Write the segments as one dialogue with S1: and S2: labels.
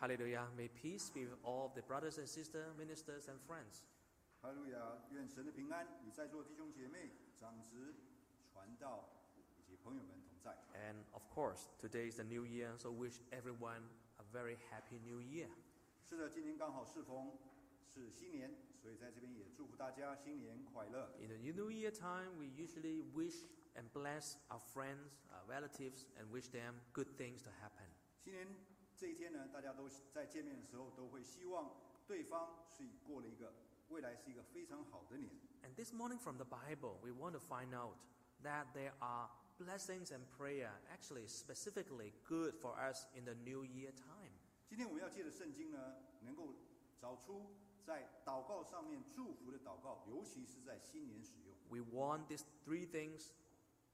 S1: Hallelujah. May peace be with all of the brothers and sisters, ministers, and friends.
S2: 哈路亚！愿神的平安与在座弟兄姐妹、长执、传道以及朋友们同在。
S1: And of course, today is the new year, so wish everyone a very happy new year.
S2: 是的，今年刚好适逢是新年，所以在这边也祝福大家新年快乐。
S1: In the new year time, we usually wish and bless our friends, our relatives, and wish them good things to happen.
S2: 新年这一天呢，大家都在见面的时候都会希望对方是过了一个未来是一个非常好的年。
S1: And this morning from the Bible, we want to find out that there are blessings and prayer actually specifically good for us in the new year time.
S2: 今天我们要借着圣经呢，能够找出在祷告上面祝福的祷告，尤其是在新年使用。
S1: We want these three things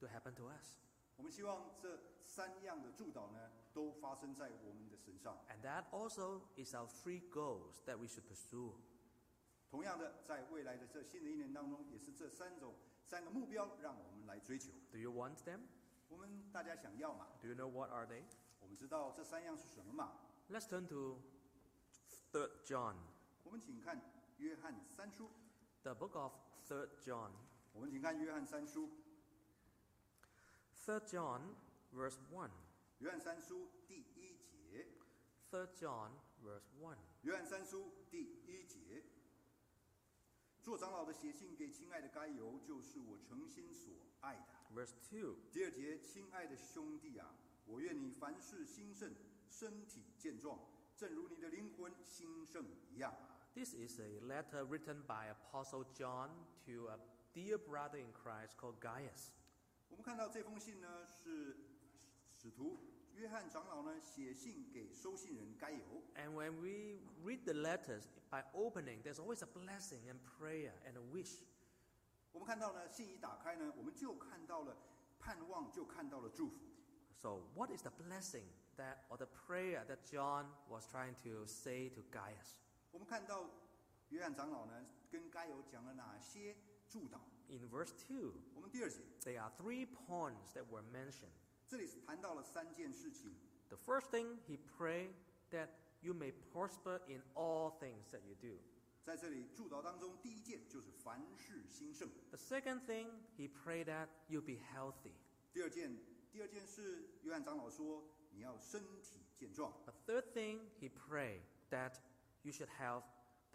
S1: to happen to us.
S2: 我们希望这三样的祝祷呢，都发生在我们的身上。
S1: And that also is our three goals that we should pursue.
S2: 同样的，在未来的这新的一年当中，也是这三种三个目标，让我们来追求。
S1: Do you want them?
S2: 我们大家想要嘛？
S1: Do you know what are they?
S2: 我们知道这三样是什么嘛？
S1: Let's turn to 3 John.
S2: 我们请看约翰三书，
S1: The book of 3 John.
S2: 我们请看约翰三书，
S1: 3 John verse 1.
S2: 约翰三书第一节，
S1: 3 John verse 1.
S2: 约翰三书第一节。做长老的写信给亲爱的该由，就是我诚心所爱的。
S1: Verse 2.
S2: 第二节，亲爱的兄弟啊，我愿你凡事兴盛，身体健壮，正如你的灵魂兴盛一样。啊
S1: This is a letter written by Apostle John to a dear brother in Christ called Gaius.
S2: 我们看到这封信呢，是使徒约翰长老呢写信给收信人该由。
S1: And when we read the letters by opening, there's always a blessing and prayer and a wish.
S2: 我们看到呢，信一打开呢，我们就看到了盼望，就看到了祝福。
S1: So, what is the blessing that or the prayer that John was trying to say to Gaius?
S2: 我们看到约翰长老呢跟该由讲了哪些祝祷。
S1: In verse 2,
S2: 我们第二节，
S1: there are three points that were mentioned.
S2: 这里谈到了三件事情。
S1: The first thing he prayed that you may prosper in all things that you do.
S2: 在这里祝祷当中，第一件就是凡事兴盛。
S1: The second thing he prayed that you be healthy.
S2: 第二件，第二件是约翰长老说，你要身体健壮。
S1: A third thing he prayed that you should have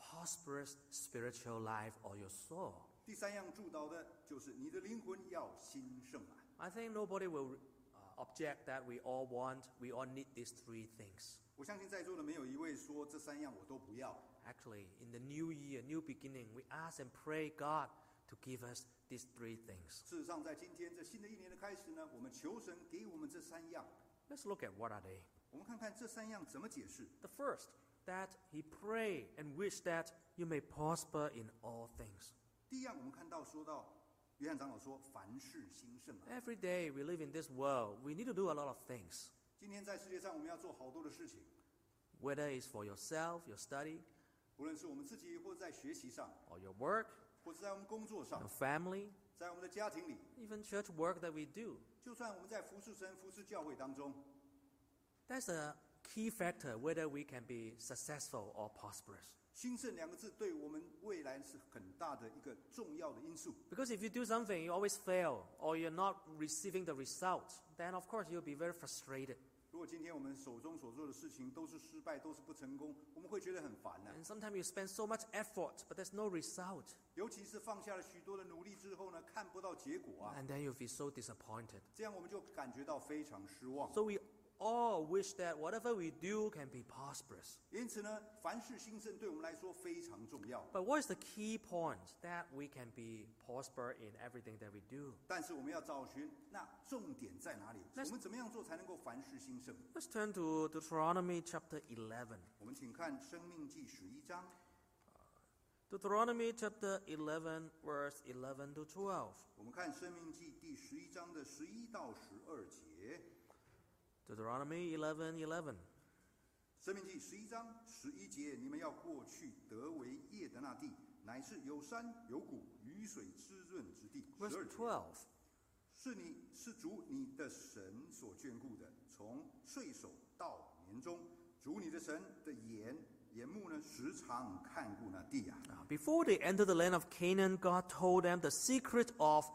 S1: prosperous spiritual life or your soul.
S2: 第三样祝祷的就是你的灵魂要兴盛啊！
S1: I think nobody will uh, object that we all want, we all need these three things.
S2: 我相信在座的没有一位说这三样我都不要。
S1: Actually, in the new year, new beginning, we ask and pray God to give us these three things.
S2: 事实上，在今天这新的一年的开始呢，我们求神给我们这三样。
S1: Let's look at what are they.
S2: 我们看看这三样怎么解释。
S1: The first, that he prayed and wished that you may prosper in all things.
S2: 第一样，我们看到说到约翰长老说凡事兴盛啊。
S1: Every day we live in this world, we need to do a lot of things.
S2: 今天在世界上，我们要做好多的事情，
S1: whether it's for yourself, your study,
S2: 无论是我们自己或者在学习上，
S1: or your work,
S2: 或者在我们工作上
S1: your，family,
S2: 在我们的家庭里，
S1: even church work that we do.
S2: 就算我们在服侍神、服侍教会当中，
S1: That's a key factor whether we can be successful or prosperous.
S2: 兴盛两个字对我们未来是很大的一个重要的因素。
S1: Because if you do something, you always fail, or you're not receiving the result, then of course you'll be very frustrated.
S2: 如果今天我们手中所做的事情都是失败，都是不成功，我们会觉得很烦呢、
S1: And sometimes you spend so much effort, but there's no result,
S2: 尤其是放下了许多的努力之后呢，看不到结果啊，
S1: and then you'll be so disappointed.
S2: 这样我们就感觉到非常失望。
S1: So we all wish that whatever we do can be prosperous.
S2: 因此呢，凡事兴盛对我们来说非常重要。
S1: But what is the key point that we can be prosper in everything that we do?
S2: 但是我们要找寻那重点在哪里？
S1: 那
S2: 我们怎么样做才能够凡事兴盛？
S1: Let's turn to Deuteronomy chapter 11.
S2: 我们请看《生命记》十一章，
S1: Deuteronomy chapter 11, verse 11 to 12.
S2: 我们看《生命记》第十一章的十一到十二节，
S1: Deuteronomy 11, 11.
S2: 《生命记》十一章十一节，你们要过去得为业的那地，乃是有山有谷，雨水滋润之地。十
S1: Verse
S2: 二节，
S1: 12.
S2: 是你是主你的神所眷顾的，从岁首到年终，主你的神的眼眼目呢，时常看顾那地啊。
S1: Now, Uh, Before they entered the land of Canaan, God told them the secret of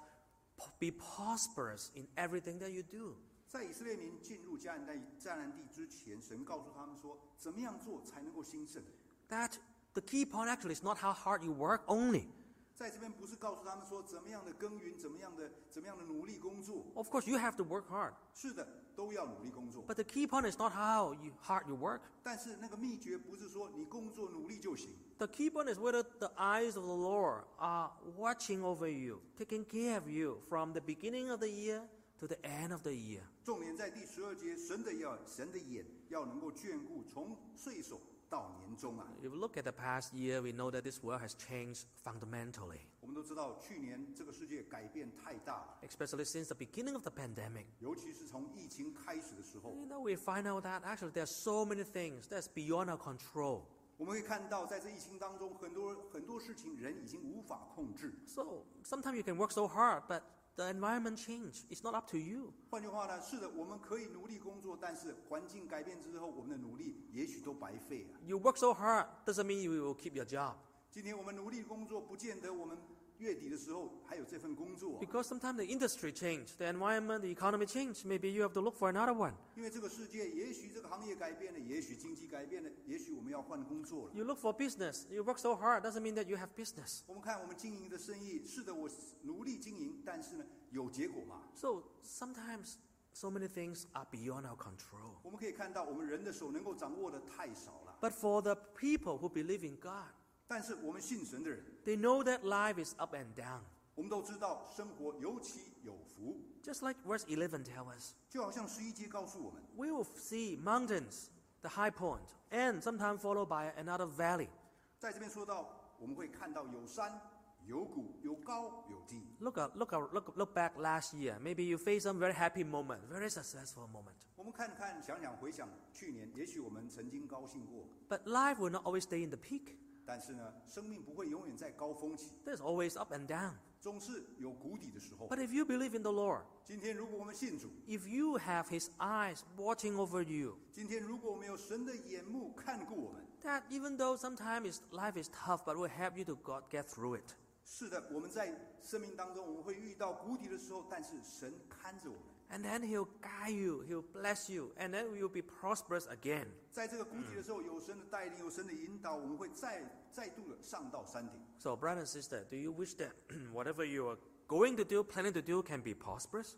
S1: p- be prosperous in everything that you do.
S2: 在以色列民进入迦南地迦南地之前，神告诉他们说，怎么样做才能够兴盛？
S1: That the key point actually is not how hard you work only.
S2: 在这边不是告诉他们说怎么样的耕耘，怎么样的怎么样的努力工作，
S1: Of course, you have to work hard,
S2: 是的，都要努力工作。
S1: but the key point is not how you, hard you work.
S2: 但是那个秘诀不是说你工作努力就行，
S1: The key point is whether the eyes of the Lord are watching over you, taking care of you from the beginning of the year to the end of the year.
S2: 重点在第十二节，神的要神的眼要能够眷顾从岁首到年终啊。
S1: If you look at the past year, we know that this world has changed fundamentally,
S2: 我们都知道，去年这个世界改变太大了，
S1: especially since the beginning of the pandemic.
S2: 尤其是从疫情开始的时候，
S1: You know, we find out that actually there are so many things that's beyond our control.
S2: 我们会看到，在这疫情当中，很多很多事情人已经无法控制。
S1: So sometimes you can work so hard, but the environment change. It's not up to you.
S2: 换句话呢，是的，我们可以努力工作，但是环境改变之后，我们的努力也许都白费了。
S1: You work so hard doesn't mean you will keep your job
S2: 今天我们努力工作，不见得我们月底的时候还有这份工作啊、
S1: because sometimes the industry change, the environment, the economy change. Maybe you have to look for another one.
S2: 因为这个世界，也许这个行业改变了，也许经济改变了，也许我们要换工作了。
S1: You look for business. You work so hard doesn't mean that you have business.
S2: 我们看我们经营的生意，是的，我努力经营，但是呢，有结果吗？
S1: So sometimes so many things are beyond our control.
S2: 我们可以看到，我们人的手能够掌握的太少了。
S1: But for the people who believe in God,
S2: 但是我们信神的人，
S1: they know that life is up and down.
S2: 我们都知道生活有起有伏，
S1: Just like verse 11 tells us,
S2: 就好像十一节告诉我们，
S1: we will see mountains, the high point, and sometimes followed by another valley.
S2: 在这边说到，我们会看到有山、有谷、有高、有低。
S1: Look, at, look, at, look, look back last year. Maybe you face some very happy moment, very successful moment.
S2: 我们看看、想想、回想去年，也许我们曾经高兴过，
S1: But life will not always stay in the peak.
S2: 但是呢，生命不会永远在高峰期，
S1: There's always up and down.
S2: 总是有谷底的时候
S1: But。if you believe in the Lord,
S2: 今天如果我们信主，
S1: if you have His eyes watching over you,
S2: 今天如果我们有神的眼目看顾我们，
S1: that even though sometimes it's- life is tough, but will help you to God get through it.
S2: 是的，我们在生命当中我们会遇到谷底的时候，但是神看着我们，
S1: And then He'll guide you, He'll bless you, and then you'll be prosperous again.
S2: 在这个谷底的时候，有神的带领，有神的引导，我们会再再度的上到山顶。
S1: So, brother and sister, do you wish that whatever you are going to do, planning to do, can be prosperous?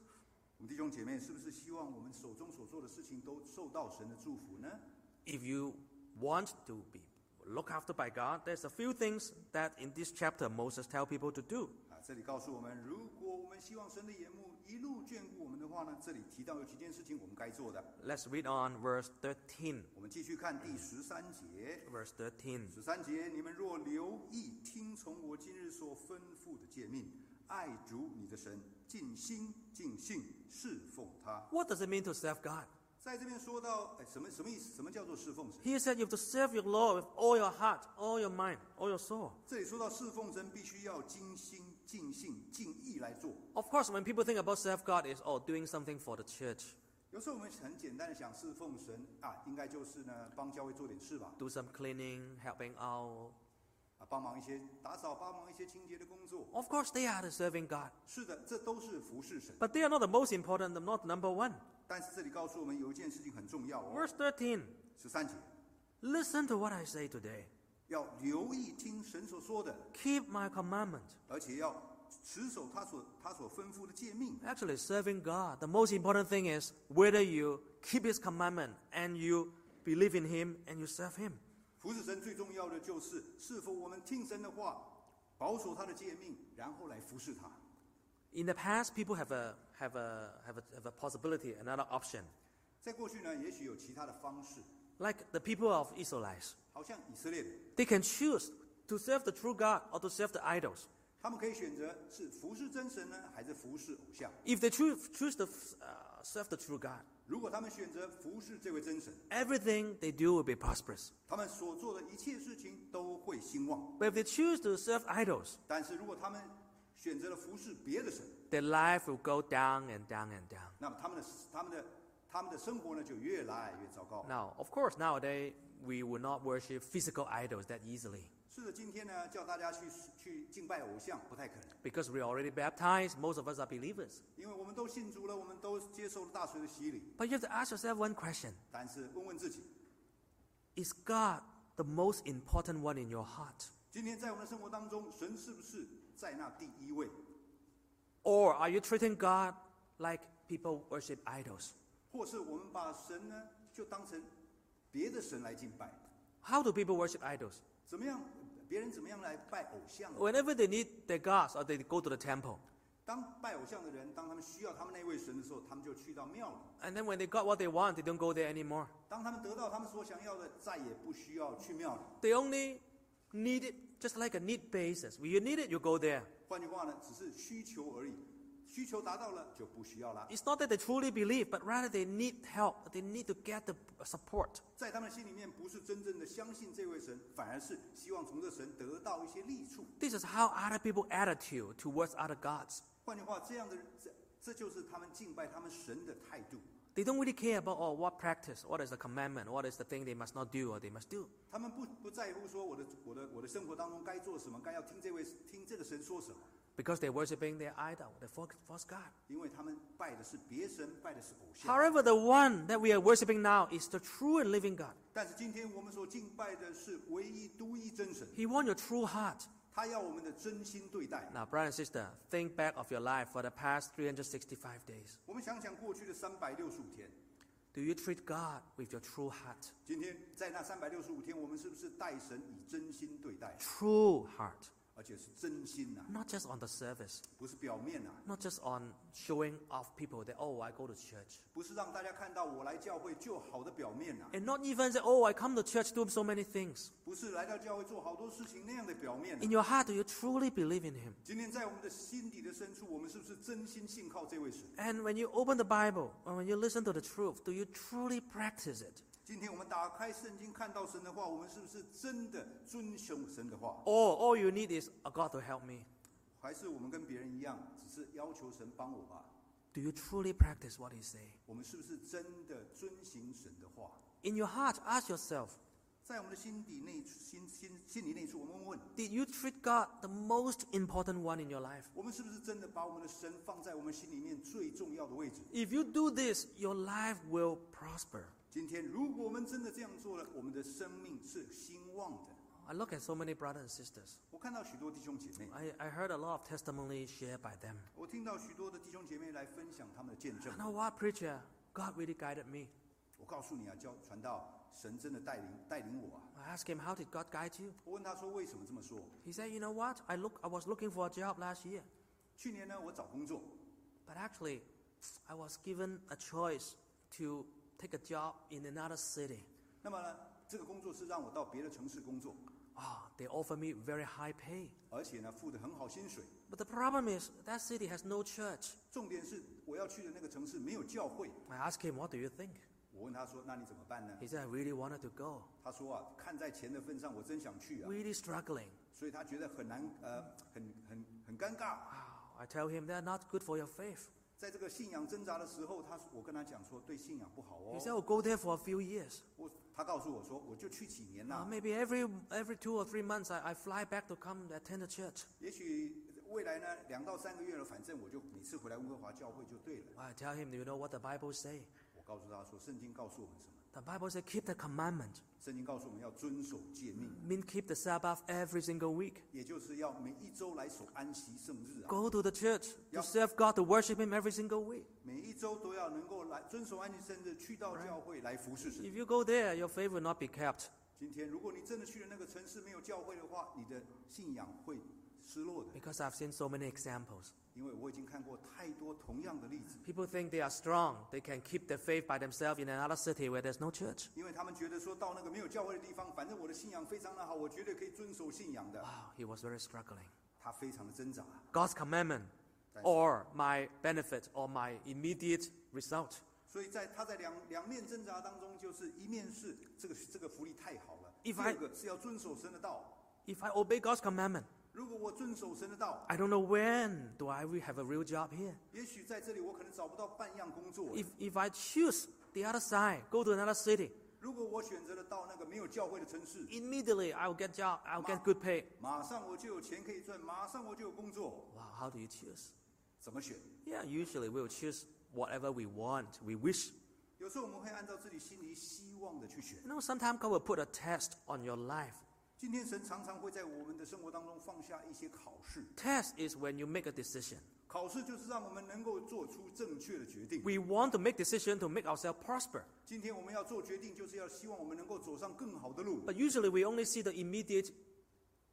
S2: 我们弟兄姐妹，是不是希望我们手中所做的事情都受到神的祝福呢？
S1: If you want to be looked after by God, there's a few things that in this chapter Moses tell people to do.
S2: 啊，这里告诉我们，如果我们希望神的眼目一路眷顾我们的话呢，这里提到有几件事情我们该做的。
S1: Let's read on verse 13.
S2: 我们继续看第十三节。
S1: Verse 13.
S2: 十三节，你们若留意听从我今日所吩咐的诫命，爱主你的神，尽心尽性侍奉他。
S1: What does it mean to serve God?
S2: 在这边说到，哎，什么什么意思？什么叫做侍奉神？
S1: He said you have to serve your Lord with all your heart, all your mind, all your soul.
S2: 这里说到侍奉神，必须要尽心、尽性、尽意来做。
S1: Of course, when people think about serve God, it's oh, doing something for the church,
S2: 有时候我们很简单的想侍奉神啊，应该就是呢帮教会做点事吧，
S1: do some cleaning, helping out.
S2: 啊，帮忙一些打扫，帮忙一些清洁的工作。
S1: Of course, they are the serving God,
S2: 是的，这都是服侍神。
S1: but they are not the most important, they're not number one.
S2: 但是这里告诉我们有一件事情很重要哦，
S1: Verse 13.
S2: 十三节。
S1: Listen to what I say today.
S2: 要留意听神所说的，
S1: Keep my commandment.
S2: 而且要持守他所他所吩咐的诫命。
S1: Actually, serving God, the most important thing is whether you keep His commandment and you believe in Him and you serve Him.
S2: 服侍神最重要的就是是否我们听神的话，保守他的诫命，然后来服侍他。
S1: In the past, people have a, have a, have a, have a possibility, another option.
S2: 在过去呢，也许有其他的方式，
S1: Like the people of Israelites,
S2: 好像以色列人，
S1: they can choose to serve the true God or to serve the idols.
S2: 他们可以选择是服侍真神呢，还是服侍偶像。
S1: If they choose, choose to uh, serve the true God,
S2: 如果他们选择服侍这位真神，
S1: everything they do will be prosperous.
S2: 他们所做的一切事情都会兴旺；
S1: But if they choose to serve idols,
S2: 但是如果他们选择了服侍别的神，
S1: their life will go down and down and down.
S2: 那么他们的他们的他们的生活呢就越来越糟糕。
S1: Now, of course, nowadays we would not worship physical idols that easily
S2: 是的，今天呢叫大家去去敬拜偶像不太可能，
S1: because we're already baptized. Most of us are believers.
S2: 因为我们都信主了，我们都接受了大水的洗礼。
S1: But you have to ask yourself one question
S2: 但是问问自己，
S1: Is God the most important one in your heart?
S2: 今天在我们的生活当中，神是不是在那第一位，
S1: Or are you treating God like people worship idols?
S2: 或是我们把神呢就当成别的神来敬拜？
S1: How do people worship idols?
S2: 怎么样？别人怎么样来拜偶像呢？
S1: Whenever they need their gods or they go to the temple,
S2: 当拜偶像的人，当他们需要他们那位神的时候，他们就去到庙里；
S1: and then when they got what they want, they don't go there anymore.
S2: 当他们得到他们所想要的，再也不需要去庙里。
S1: They only need it just like a need basis. When you need it, you go there.
S2: 换句话呢，只是需求而已，需求达到了就不需要啦。
S1: It's not that they truly believe, but rather they need help. They need to get the support.
S2: 在他们心里面，不是真正的相信这位神，反而是希望从这神得到一些利处。
S1: This is how other people attitude towards other gods.
S2: 换句话，这样的人，这这就是他们敬拜他们神的态度。
S1: They don't really care about oh, what practice, what is the commandment, what is the thing they must not do or they must do.
S2: 他们不不在乎说我的我的我的生活当中该做什么，该要听这位听这个神说什么，
S1: Because they're worshiping their idol, the false false god.
S2: 因为他们拜的是别神，拜的是偶像。
S1: However, the one that we are worshiping now is the true and living God.
S2: 但是今天我们所敬拜的是唯一独一真神，
S1: He wants your true heart.
S2: 他要我们的真心对待。
S1: Now, brother and sister, think back of your life for the past 365 days.
S2: 我们想想过去的三百六十五天，
S1: Do you treat God with your true heart?
S2: 今天在那三百六十五天，我们是不是待神以真心对待，
S1: True heart.
S2: 而且是真心呐、
S1: Not just on the service,
S2: 不是表面啊呐、
S1: not just on showing off people that, oh, I go to church.
S2: 不是让大家看到我来教会就好的表面呐、啊
S1: And not even say, oh, I come to church doing so many things.
S2: 不是来到教会做好多事情那样的表面、
S1: In
S2: 啊。
S1: your heart, do you truly believe in Him?
S2: 今天在我们的心底的深处，我们是不是真心信靠这位神？
S1: And when you open the Bible, or when you listen to the truth, do you truly practice it?
S2: 今天我们打开圣经看到神的话，我们是不是真的遵循神的话？
S1: Or all you need is a God to help me.
S2: 还是我们跟别人一样，只是要求神帮我吧？
S1: Do you truly practice what He say?
S2: 我们是不是真的遵行神的话？
S1: In your heart, ask yourself,
S2: 在我们的心底内心心心里内处，我们问：
S1: did you treat God the most important one in your life?
S2: 我们是不是真的把我们的神放在我们心里面最重要的位置？
S1: If you do this, your life will prosper.
S2: 今天，如果我们真的这样做了，我们的生命是兴旺的。
S1: I look at so many brothers and sisters.
S2: 我看到许多弟兄姐妹，
S1: I, I heard a lot of testimonies shared by them.
S2: 我听到许多的弟兄姐妹来分享他们的见证
S1: You。know what, preacher? God really guided me.
S2: 我告诉你啊，教传道，神真的带领带领我啊。
S1: I asked him, How did God guide you?
S2: 我问他说为什么这么说？
S1: He said, You know what? I, look, I was looking for a job last year,
S2: 去年呢，我找工作，
S1: but actually, I was given a choice to take a job in another city.
S2: 那么呢，这个工作是让我到别的城市工作，
S1: Ah, they offered me very high pay.
S2: 而且呢，付的很好薪水。
S1: But the problem is, that city has no church.
S2: 重点是我要去的那个城市没有教会。
S1: I asked him, What do you think?
S2: 我问他说：“那你怎么办呢
S1: He said, I really wanted to go.？”
S2: 他说：“啊，看在钱的份上，我真想去啊。
S1: Really struggling. ”
S2: 所以他觉得很难，呃，很很很尴尬。
S1: Wow. Ah, I tell him, They're not good for your faith.
S2: 在这个信仰挣扎的时候，他我跟他讲说，对信仰不好
S1: He said,
S2: 哦。
S1: I'll go there for a few years.
S2: 我他告诉我说，我就去几年呐、
S1: Uh, maybe every every two or three months, I, I fly back to come attend the church.
S2: 也许未来呢，两到三个月了，反正我就每次回来温哥华教会就对了。
S1: I tell him, you know what the Bible say?
S2: 我告诉他说，圣经告诉我们什么？
S1: The Bible say keep the commandment,
S2: 圣经告诉我们要遵守诫命，
S1: mean keep the Sabbath every single week.
S2: 也就是要每一周来守安息圣日啊，
S1: Go to the church to
S2: Yeah.
S1: serve God, to worship Him every single week.
S2: 每一周都要能够来遵守安息圣日，去到教会来服侍神。
S1: If you go there, your faith will not be kept.
S2: 今天，如果你真的去了那个城市没有教会的话，你的信仰会失落的，
S1: Because I've seen so many examples.
S2: 因为我已经看过太多同样的例子。
S1: People think they are strong, they can keep their faith by themselves in another city where there's no church.
S2: 因为他们觉得说到那个没有教会的地方，反正我的信仰非常的好，我绝对可以遵守信仰的。
S1: Wow, Oh, he was very struggling.
S2: 他非常的挣扎，
S1: God's commandment,
S2: Thanks.
S1: or my benefit, or my immediate result.
S2: 所以在他在两两面挣扎当中，就是一面是这个这个福利太好了，
S1: If
S2: 第
S1: I-
S2: 二个是要遵守神的道。
S1: If I obey God's commandment,
S2: 如如果我遵守神的道，
S1: I don't know when do I will have a real job here.
S2: 也许在这里我可能找不到半样工作。
S1: If, if I choose the other side, go to another city,
S2: 如果我选择了到那个没有教会的城市，
S1: immediately I'll get job, I'll get good pay.
S2: 马上我就有钱可以赚，马上我就有工作，
S1: Wow, how do you choose?
S2: 怎么选？
S1: Yeah, usually we'll choose whatever we want, we wish.
S2: 有时候我们会按照自己心里希望的去选。
S1: You know, sometimes God will put a test on your life.
S2: 今天神常常会在我们的生活当中放下一些考试，
S1: Test is when you make a decision.
S2: 考试就是让我们能够做出正确的决定。
S1: We want to make decision to make ourselves prosper,
S2: 今天我们要做决定，就是要希望我们能够走上更好的路。
S1: but usually we only see the immediate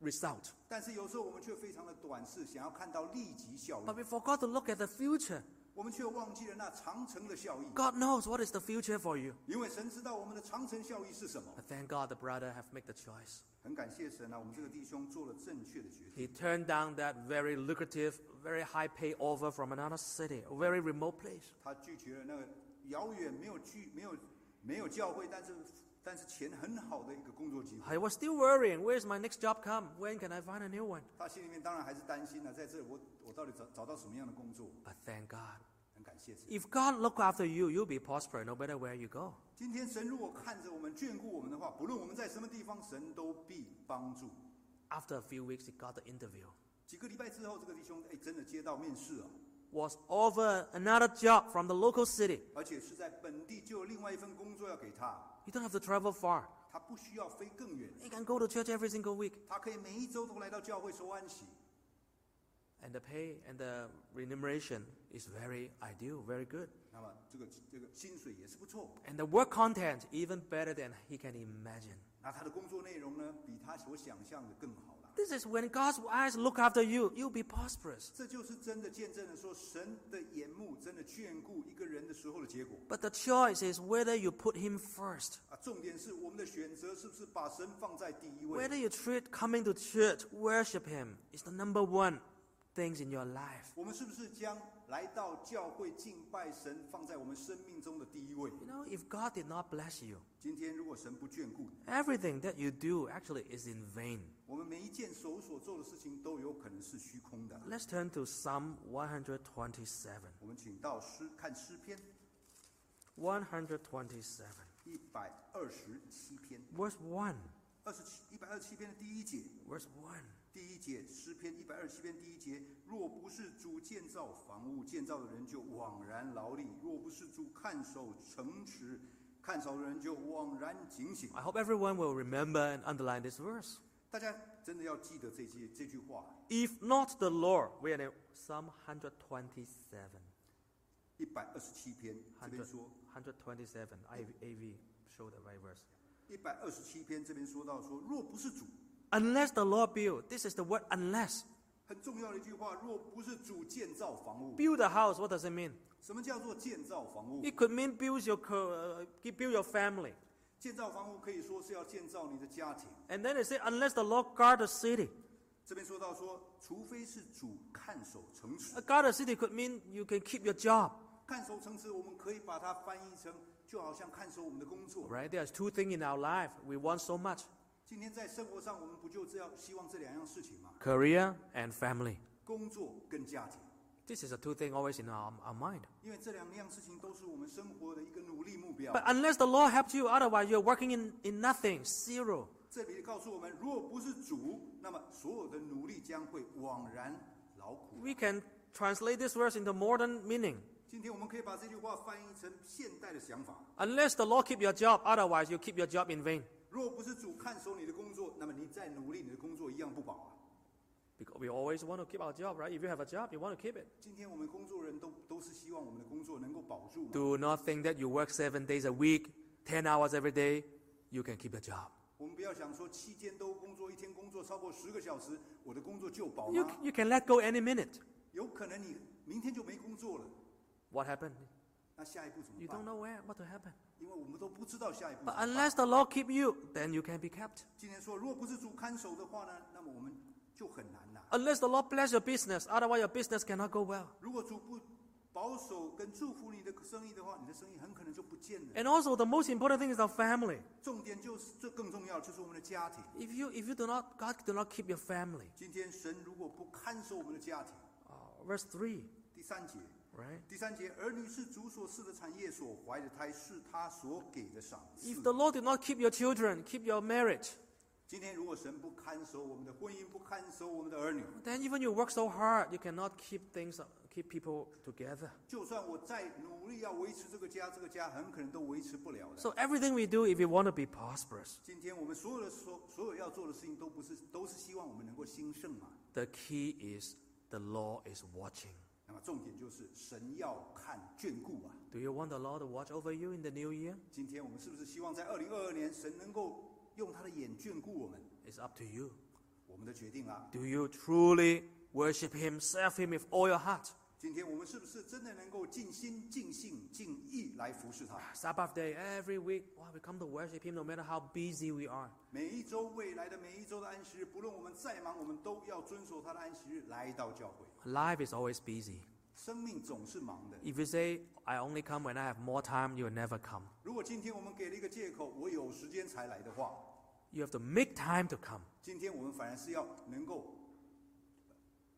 S1: result.
S2: 但是有时候我们却非常的短视，想要看到立即效
S1: But
S2: 益，
S1: we forgot to look at the future.
S2: 我们却忘记了那长程的效益。
S1: God knows what is the future for you.
S2: 因为神知道我们的长程效益是什么。
S1: But thank God the brother have made the choice.
S2: 很感谢神啊，我们这个弟兄做了正确的决定，
S1: He turned down that very lucrative, very high pay offer from another city, a very remote place.
S2: 他拒绝了那个遥远没有聚没有没有教会，但是但是钱很好的一个工作机会。
S1: I was still worrying, where's my next job come? When can I find a new one?
S2: 他心里面当然还是担心了、啊在这我我到底找找到什么样的工作？
S1: But thank God.
S2: 很感谢神。
S1: If God look after you, you'll be prosper no matter where you go.
S2: 今天神如果看着我们眷顾我们的话，不论我们在什么地方，神都必帮助。
S1: After a few weeks, he got the interview.
S2: 几个礼拜之后，这个弟兄哎真的接到面试啊，
S1: Was offered another job from the local city.
S2: 而且是在本地就有另外一份工作要给他，
S1: You don't have to travel far.
S2: 他不需要飞更远，
S1: You can go to church every single week.
S2: 他可以每一周都来到教会受安息。
S1: And the pay and the remuneration is very ideal, very good.
S2: 那么这个这个薪水也是不错，
S1: And the work content even better than he can imagine.
S2: 那他的工作内容呢，比他所想象的更好了。
S1: This is when God's eyes look after you, you'll be prosperous.
S2: 这就是真的见证了说神的眼目真的眷顾一个人的时候的结果
S1: But the choice is whether you put him first,
S2: 啊！重点是我们的选择是不是把神放在第一位
S1: whether？you treat coming to church, worship him is the number one things in your life.
S2: 我们是不是将来到教会敬拜神放在我们生命中的第一位？
S1: You know, if God did not bless you,
S2: 今天如果神不眷顾你，
S1: everything that you do actually is in vain.
S2: 我们每一件手所做的事情都有可能是虚空的。
S1: Let's turn to Psalm 127.
S2: 我们请到诗看诗篇
S1: 127,
S2: 一百二十七篇
S1: verse 1.
S2: 二十七一百二十七篇的第一节。
S1: Verse 1.
S2: 第一节，诗篇一百二十七篇第一节：若不是主建造房屋，建造的人就枉然劳力；若不是主看守城池，看守的人就枉然警醒。
S1: I hope everyone will remember and underline this verse.
S2: 大家真的要记得这句这句话。
S1: If not the Lord, we are in Psalm 127.
S2: 一百二十七篇这
S1: 100,
S2: 边说，
S1: 127, IV, AV, show the right verse.
S2: 一百二十七篇这边说到说，若不是主，
S1: Unless the Lord build, this is the word unless.
S2: 很重要的一句话，若不是主建造房屋，
S1: Build a house, what does it mean?
S2: 什么叫做建造房屋？
S1: It could mean build your, co- uh, build your family.
S2: 建造房屋可以说是要建造你的家庭。
S1: And then it said, unless the Lord guard the city.
S2: 这边说到说，除非是主看守城池
S1: A。guard the city could mean you can keep your job.
S2: 看守城池，我们可以把它翻译成，就好像看守我们的工作。
S1: Right? There's two things in our life we want so much
S2: 今天在生活上，我们不就这样希望这两样事情吗？
S1: career and family.
S2: 工作跟家庭，
S1: This is the two things always in our, our mind.
S2: 因为这两样事情都是我们生活的一个努力目标
S1: But。unless the Lord helps you, otherwise you're working in, in nothing, zero.
S2: 这里告诉我们，如果不是主，那么所有的努力将会枉然劳苦。
S1: We can translate this verse into modern meaning.
S2: 今天我们可以把这句话翻译成现代的想法：
S1: Unless the Lord keep your job, otherwise you keep your job in vain.
S2: 如果不是主看守你的工作，那么你再努力，你的工作一样不保啊。
S1: Because we always want to keep our job, right? If you have a job, you want to keep it.
S2: 今天我们工作人都都是希望我们的工作能够保住嘛。
S1: Do not think that you work seven days a week, ten hours every day, you can keep your job.
S2: 我们不要想说七天都工作，一天工作超过十个小时，我的工作就保
S1: You,
S2: 吗？
S1: you can let go any minute.
S2: 有可能你明天就没工作了，
S1: What happened?
S2: 那下一步怎么
S1: You don't
S2: 办？
S1: know where, what will happen.
S2: 因为我们都不知道下一步怎么
S1: But
S2: 办。
S1: unless the Lord keep you, then you can be kept.
S2: 今天说，如果不是主看守的话呢，那么我们就很难啦。
S1: Unless the Lord bless your business, otherwise your business cannot go well.
S2: 如果主不保守跟祝福你的生意的话，你的生意很可能就不见了。
S1: And also, the most important thing is our family.
S2: 重点就是这更重要，就是我们的家庭。
S1: If you, if you do not, God do not keep your family.
S2: 今天神如果不看守我们的家庭，
S1: Uh, verse 3,
S2: 第三节，
S1: right?
S2: 第三节，儿女是主所赐的产业，所怀的胎是他所给的赏赐
S1: If。the Lord did not keep your children, keep your marriage,
S2: 今天如果神不看守我们的婚姻，不看守我们的儿女，
S1: then even you work so hard, you cannot keep things, keep people together.
S2: 就算我再努力要维持这个家，这个家很可能都维持不了的。
S1: So everything we do, if we want to be prosperous,
S2: 今天我们所有的所所有要做的事情，都不是都是希望我们能够兴盛嘛。
S1: the key is the Lord is watching.
S2: 那么重点就是神要看眷顾啊。
S1: Do you want the Lord to watch over you in the new year?
S2: 今天我们是不是希望在二零二二年，神能够用他的眼眷顾我们？
S1: It's up to you.
S2: 我们的决定啊，
S1: Do you truly worship Him, serve Him with all your heart?
S2: 今天我们是不是真的能够尽心、尽性、尽意来服侍他？
S1: Sabbath day every week. Wow, we come to worship Him no matter how busy we are.
S2: 每一周未来的每一周的安息日，不论我们再忙，我们都要遵守他的安息日来到教会。
S1: Life is always busy.
S2: 生命总是忙的。
S1: If you say, I only come when I have more time, you will never come.
S2: 如果今天我们给了一个借口，我有时间才来的话，
S1: You have to make time to come.
S2: 今天我们反而是要能够呃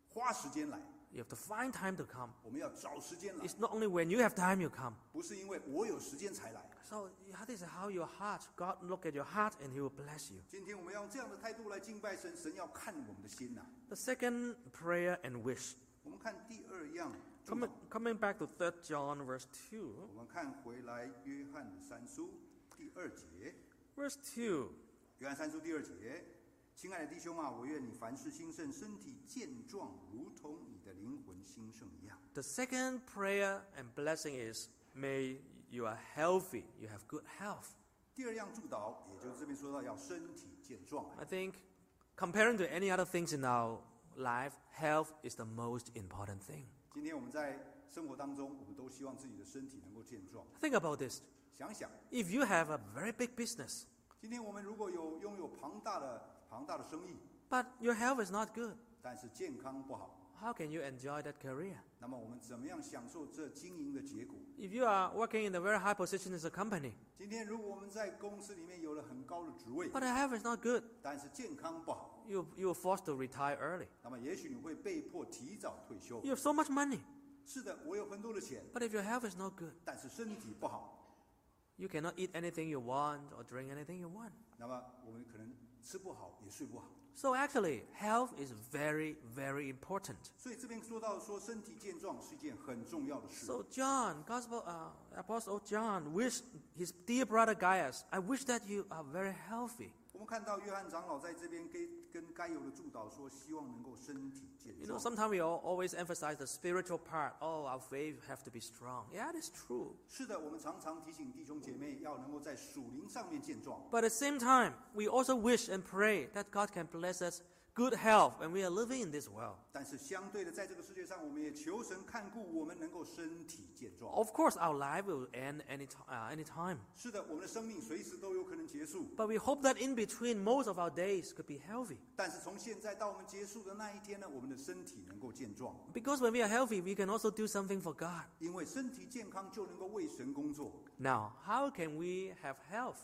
S2: 花时间来，
S1: You have to find time to come.
S2: 我们要找时间来，
S1: It's not only when you have time you come.
S2: 不是因为我有时间才来。
S1: So that is how your heart, God look at your heart and He will bless you.
S2: 今天我们要用这样的态度来敬拜神，神要看我们的心呐、
S1: The second prayer and wish.
S2: 我们看第二样，
S1: Coming, coming back to 3 John verse 2.
S2: 我们看回来约翰的三书第二节，
S1: Verse 2.
S2: 约翰三书第二节，亲爱的弟兄啊，我愿你凡事兴盛，身体健壮，如同你的灵魂兴盛一样。
S1: The second prayer and blessing is may you are healthy, you have good health.
S2: 第二样祝祷，也就是这边说到要身体健壮。
S1: I think comparing to any other things in our life, health is the most important thing.
S2: 今天我们在生活当中，我们都希望自己的身体能够健壮。
S1: Think about this.
S2: 想想，
S1: If you have a very big business,
S2: 今天我们如果有拥有庞大的庞大的生意，
S1: but your health is not good,
S2: 但是健康不好，
S1: how can you enjoy that career?
S2: 那么我们怎么样享受这经营的结果？
S1: If you are working in a very high position as a company,
S2: 今天如果我们在公司里面有了很高的职位，
S1: but your health is not good,
S2: 但是健康不好，
S1: you, you're forced to retire early.
S2: 那么也许你会被迫提早退休
S1: You。have so much money,
S2: 是的，我有很多的钱，
S1: but if your health is not good,
S2: 但是身体不好，
S1: you cannot eat anything you want or drink anything you want.
S2: 那么我们可能吃不好，也睡不好。
S1: So actually, health is very, very important.
S2: 所以这边说到说身体健壮是一件很重要的事。
S1: So John, Gospel uh, Apostle John, wished his dear brother Gaius, I wish that you are very healthy.
S2: 我们看到约翰长老在这边跟跟该有的祝祷说，希望能够身体健
S1: You know,
S2: 壮。
S1: sometimes we all, always emphasize the spiritual part. Oh, our faith have to be strong. Yeah, that's true.
S2: 是的，我们常常提醒弟兄姐妹要能够在属灵上面健壮，
S1: But at the same time, we also wish and pray that God can bless us good health when we are living in this world.
S2: 但是相对的，在这个世界上，我们也求神看顾我们能够身体健壮。
S1: Of course, our life will end any ti- uh, any time.
S2: 是的，我们的生命随时都有可能结束，
S1: But we hope that in between, most of our days could be healthy.
S2: 但是从现在到我们结束的那一天呢，我们的身体能够健壮，
S1: Because when we are healthy, we can also do something for God.
S2: 因为身体健康就能够为神工作。
S1: Now, how can we have health?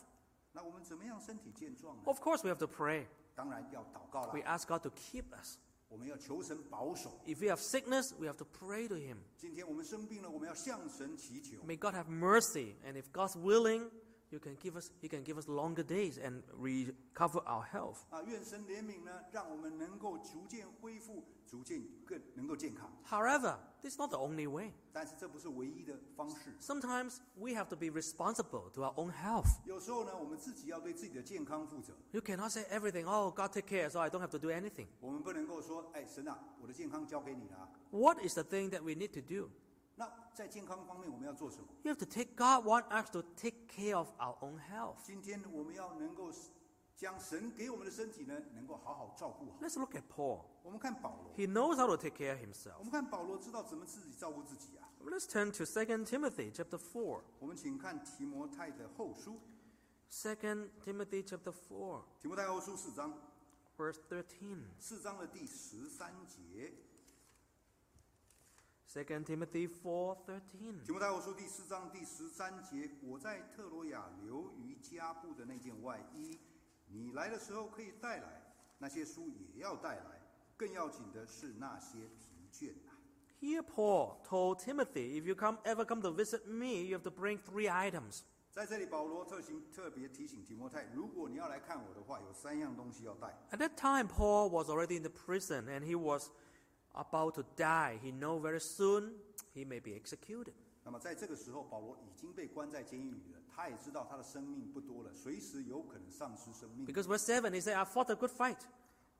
S2: 那我们怎么样身体健壮呢？
S1: Of course, we have to pray.
S2: 当然要祷告
S1: We
S2: 啦，
S1: ask God to keep us.
S2: 我们要求神保守。
S1: If we have sickness, we have to pray to Him.
S2: 今天我们生病了，我们要向神祈求。
S1: May God have mercy, and if God's willing, you can give us, He can give us longer days and recover our health.
S2: 啊，愿神怜悯呢，让我们能够逐渐恢复，逐渐更能够健康。
S1: However, this is not the only way.
S2: 但是这不是唯一的方式。
S1: Sometimes we have to be responsible to our own health.
S2: 有时候呢，我们自己要对自己的健康负责。
S1: You cannot say everything, oh, God take care, so I don't have to do anything.
S2: 我们不能够说，哎，神啊，我的健康交给你了啊。
S1: What is the thing that we need to do?
S2: 那在健康方面，我们要做什么？
S1: You have to take, God wants us to take care of our own health.
S2: 今天我们要能够将神给我们的身体呢，能够好好照顾好。
S1: Let's look at Paul.
S2: 我们看保罗，
S1: He knows how to take care of
S2: 我
S1: himself.
S2: 们看保罗知道怎么自己照顾自己啊。
S1: Let's turn to 2 Timothy chapter 4.
S2: 我们请看提摩太的后书，
S1: 2 Timothy chapter 4,
S2: 提摩太后书四章，
S1: verse 13.
S2: 四章的第十三节。
S1: 2 2 Timothy 4:13.
S2: 提摩太后书第四章第十三节，我在特罗亚留于家布的那件外衣，你来的时候可以带来，那些书也要带来，更要紧的是那些疲倦啊。
S1: Here Paul told Timothy, if you come ever come to visit me, you have to bring three items.
S2: 在这里，保罗特行特别提醒提摩太，如果你要来看我的话，有三样东西要带。
S1: At that time, Paul was already in the prison and he was about to die. He know very soon he may be executed.
S2: 那么在这个时候，保罗已经被关在监狱里了，他也知道他的生命不多了，随时有可能丧失生命。
S1: Because verse 7, he said, I fought a good fight.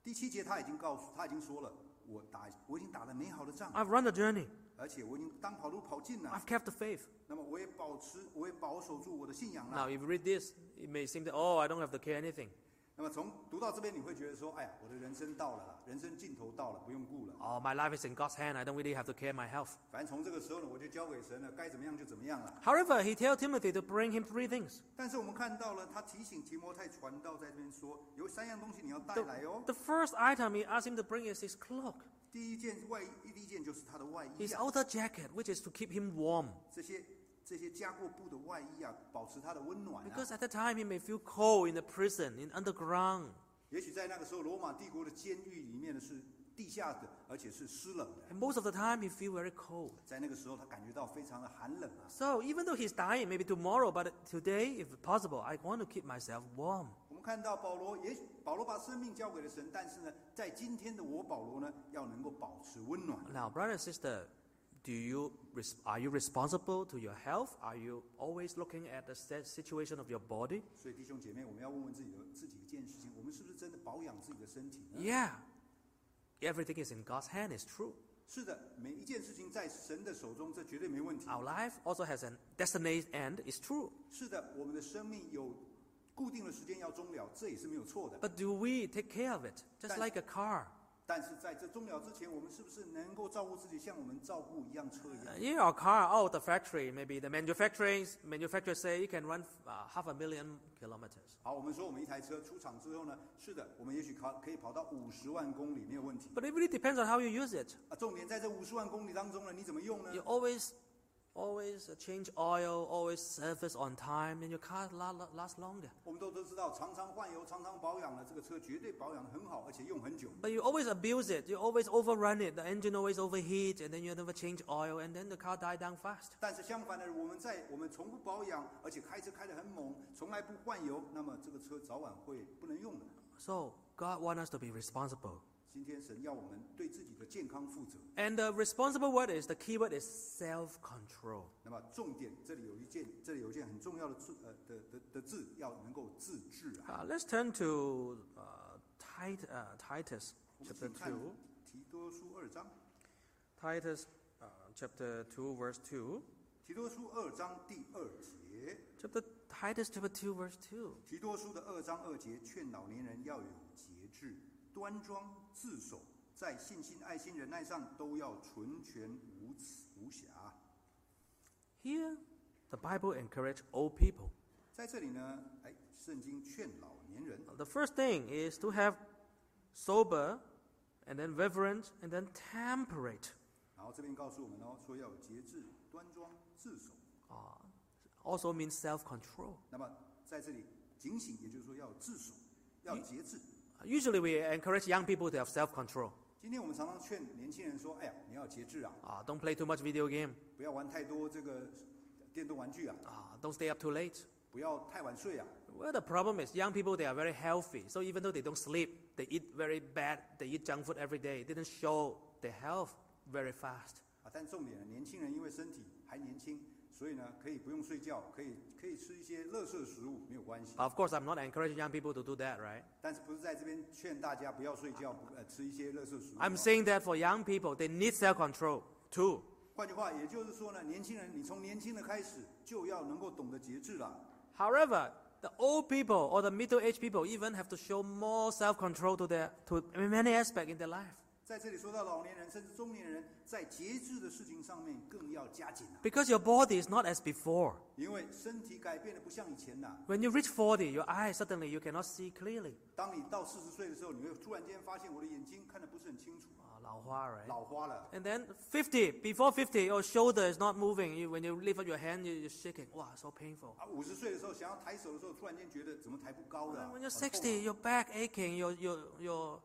S2: 第七节他已经告诉，他已经说了，我打，我已经打了美好的仗，
S1: I've run the journey.
S2: 而且我已经当跑路跑尽了。
S1: I've kept the faith.
S2: 那么我也保持，我也保守住我的信仰了
S1: Now,。if you read this, it may seem that, oh, I don't have to care anything.
S2: 那么从读到这边，你会觉得说，哎呀，我的人生到了啦，人生尽头到了，不用顾了。
S1: Oh, my life is in God's hand. I don't really have to care my health.
S2: 反正从这个时候呢，我就交给神了，该怎么样就怎么样了。
S1: However, he tell Timothy to bring him three things.
S2: 但是我们看到了，他提醒提摩太传道在这边说，有三样东西你要带
S1: The,
S2: 来哦。
S1: the first item he asked him to bring is his cloak,
S2: 第一件外衣，第一件就是他的外衣
S1: his
S2: 啊，
S1: outer jacket, which is to keep him warm.
S2: 这些这些加过布的外衣啊，保持他的温暖啊。
S1: Because at that time he may feel cold in the prison, in underground.
S2: 也许在那个时候，罗马帝国的监狱里面呢是地下的，而且是湿冷的。
S1: And most of the time he feel very cold.
S2: 在那个时候，他感觉到非常的寒冷啊。
S1: So even though he's dying, maybe tomorrow, but today, if possible, I want to keep myself warm.
S2: 我们看到保罗，也许保罗把生命交给了神，但是呢，在今天的我保罗呢，要能够保持温暖。
S1: Now, brother and sister, do you res- are you responsible to your health? Are you always looking at the sta- situation of your body?
S2: 所以弟兄姐妹，我们要问问自己的自己一件事情：我们是不是真的保养自己的身体呢？
S1: Yeah. Everything is in God's hand, it's true.
S2: 是的，每一件事情在神的手中，这绝对没问题。
S1: Our life also has a destined end, it's true.
S2: 是的，我们的生命有固定的时间要终了，这也是没有错的。
S1: But do we take care of it? Just
S2: Thank-
S1: like a car.
S2: 但是在这终了之前，我们是不是能够照顾自己，像我们照顾一辆车一
S1: Uh,
S2: 样？
S1: yeah, our car out of the factory, maybe the manufacturing manufacturers say you can run uh, half a million kilometers.
S2: 好，我们说我们一台车出厂之后呢，是的，我们也许跑可以跑到五十万公里没有问题。
S1: But it really depends on how you use it.
S2: 啊，重点在这五十万公里当中呢，你怎么用呢？
S1: You always, always uh, change oil, always service on time, and your car la- la- lasts longer.
S2: 我们都都知道，常常换油，常常保养了，这个车绝对保养得很好，而且用很久。
S1: But you always abuse it. You always overrun it. The engine always overheat, and then you never change oil, and then the car die down fast.
S2: 但是相反的，我们在我们从不保养，而且开车开得很猛，从来不换油，那么这个车早晚会不能用的。
S1: So God wants us to be responsible.
S2: 今天神要我们对自己的健康负责。
S1: And the responsible word is the key word is self-control.
S2: 那么重点，这里有一件，这里有一件很重要的字，呃的的的字，要能够自制啊。
S1: Uh, let's turn to uh, Tit- uh, Titus
S2: 我们
S1: chapter
S2: 请看
S1: two.
S2: 提多书二章，
S1: Titus uh, chapter two verse two.
S2: 提多书二章第二节，
S1: Chapter Titus chapter two verse two.
S2: 提多书的二章二节劝老年人要有节制、端庄、自守，在信心、爱心、忍耐上都要纯全无疵无瑕。
S1: Here, the Bible encourage old people.
S2: 在这里呢，哎，圣经劝老年人，
S1: The first thing is to have sober, and then reverent, and then temperate.
S2: 然后这边告诉我们哦，说要有节制、端庄、自守。
S1: Uh, also means self-control.
S2: 那么在这里警醒，也就是说要有自守，要有节制。
S1: Usually, we encourage young people to have self-control.
S2: 今天我们常常劝年轻人说：“哎呀，你要节制啊，
S1: Uh, don't play too much video game.
S2: 不要玩太多这个电动玩具啊，
S1: Uh, don't stay up too late.
S2: 不要太晚睡啊。
S1: Well, the problem is young people, they are very healthy. So even though they don't sleep, they eat very bad, they eat junk food every day. They didn't show their health very fast. ”
S2: 啊，但重点呢，年轻人因为身体还年轻，所以呢，可以不用睡觉，可以可以吃一些垃圾食物，没有关系。
S1: Of course, I'm not encouraging young people to do that, right?
S2: 但是不是在这边劝大家不要睡觉，不呃吃一些垃圾食物啊、
S1: I'm saying that for young people, they need self control too.
S2: 换句话，也就是说呢，年轻人，你从年轻的开始就要能够懂得节制了。
S1: However, the old people or the middle aged people even have to show more self control to their to many aspects in their life.
S2: 在这里说到老年人甚至中年人在节制的事情上面更要加紧了、
S1: Because your body is not as before.
S2: 因为身体改变的不像以前了、
S1: When you reach 40, your eyes suddenly you cannot see clearly.
S2: 当你到四十岁的时候，你会突然间发现我的眼睛看得不是很清楚。
S1: Uh, lao hua, right?
S2: 老花了。
S1: And then 50, before 50, your shoulder is not moving. You, when you lift up your hand, you, you're shaking. Wow, so painful.
S2: 啊，五十岁的时候想要抬手的时候，突然间觉得怎么抬不高
S1: And
S2: 了啊？
S1: then when you're
S2: 好痛啊
S1: 60, your back aching, your, your, your, your,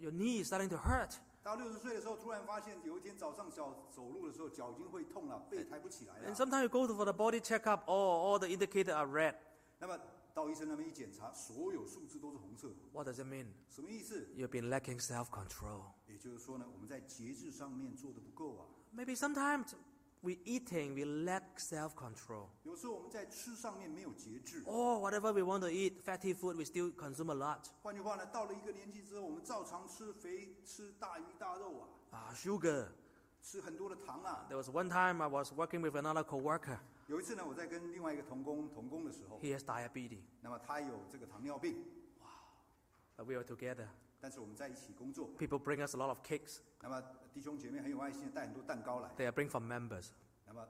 S1: your knee is starting to hurt.
S2: 到六十岁的时候，突然发现有一天早上脚走路的时候，脚已经会痛了，
S1: 哎
S2: 背抬不起来
S1: And
S2: 了。
S1: sometimes you go to for the body checkup, all, all the indicators are red.
S2: 那么到医生那边一检查，所有数字都是红色的，
S1: What does it mean?
S2: 什么意思？
S1: You've been lacking self control.
S2: 也就是说呢，我们在节制上面做的不够啊。
S1: Maybe sometimes we eating, we lack self control.
S2: 有时候我们在吃上面没有节制。
S1: Or whatever we want to eat, fatty food, we still consume a lot.
S2: 换句话呢，到了一个年纪之后，我们照常吃肥、吃大鱼大肉啊，
S1: Ah, sugar.
S2: 吃很多的糖啊。
S1: There was one time I was working with another coworker.
S2: 有一次呢，我在跟另外一个童工童工的时候，
S1: He has diabetes,
S2: 那么他有这个糖尿病，
S1: but we were together.
S2: 但是我们在一起工作。
S1: People bring us a lot of cakes.
S2: 那么弟兄姐妹很有爱心，带很多蛋糕来。
S1: They are bring from members.
S2: 那么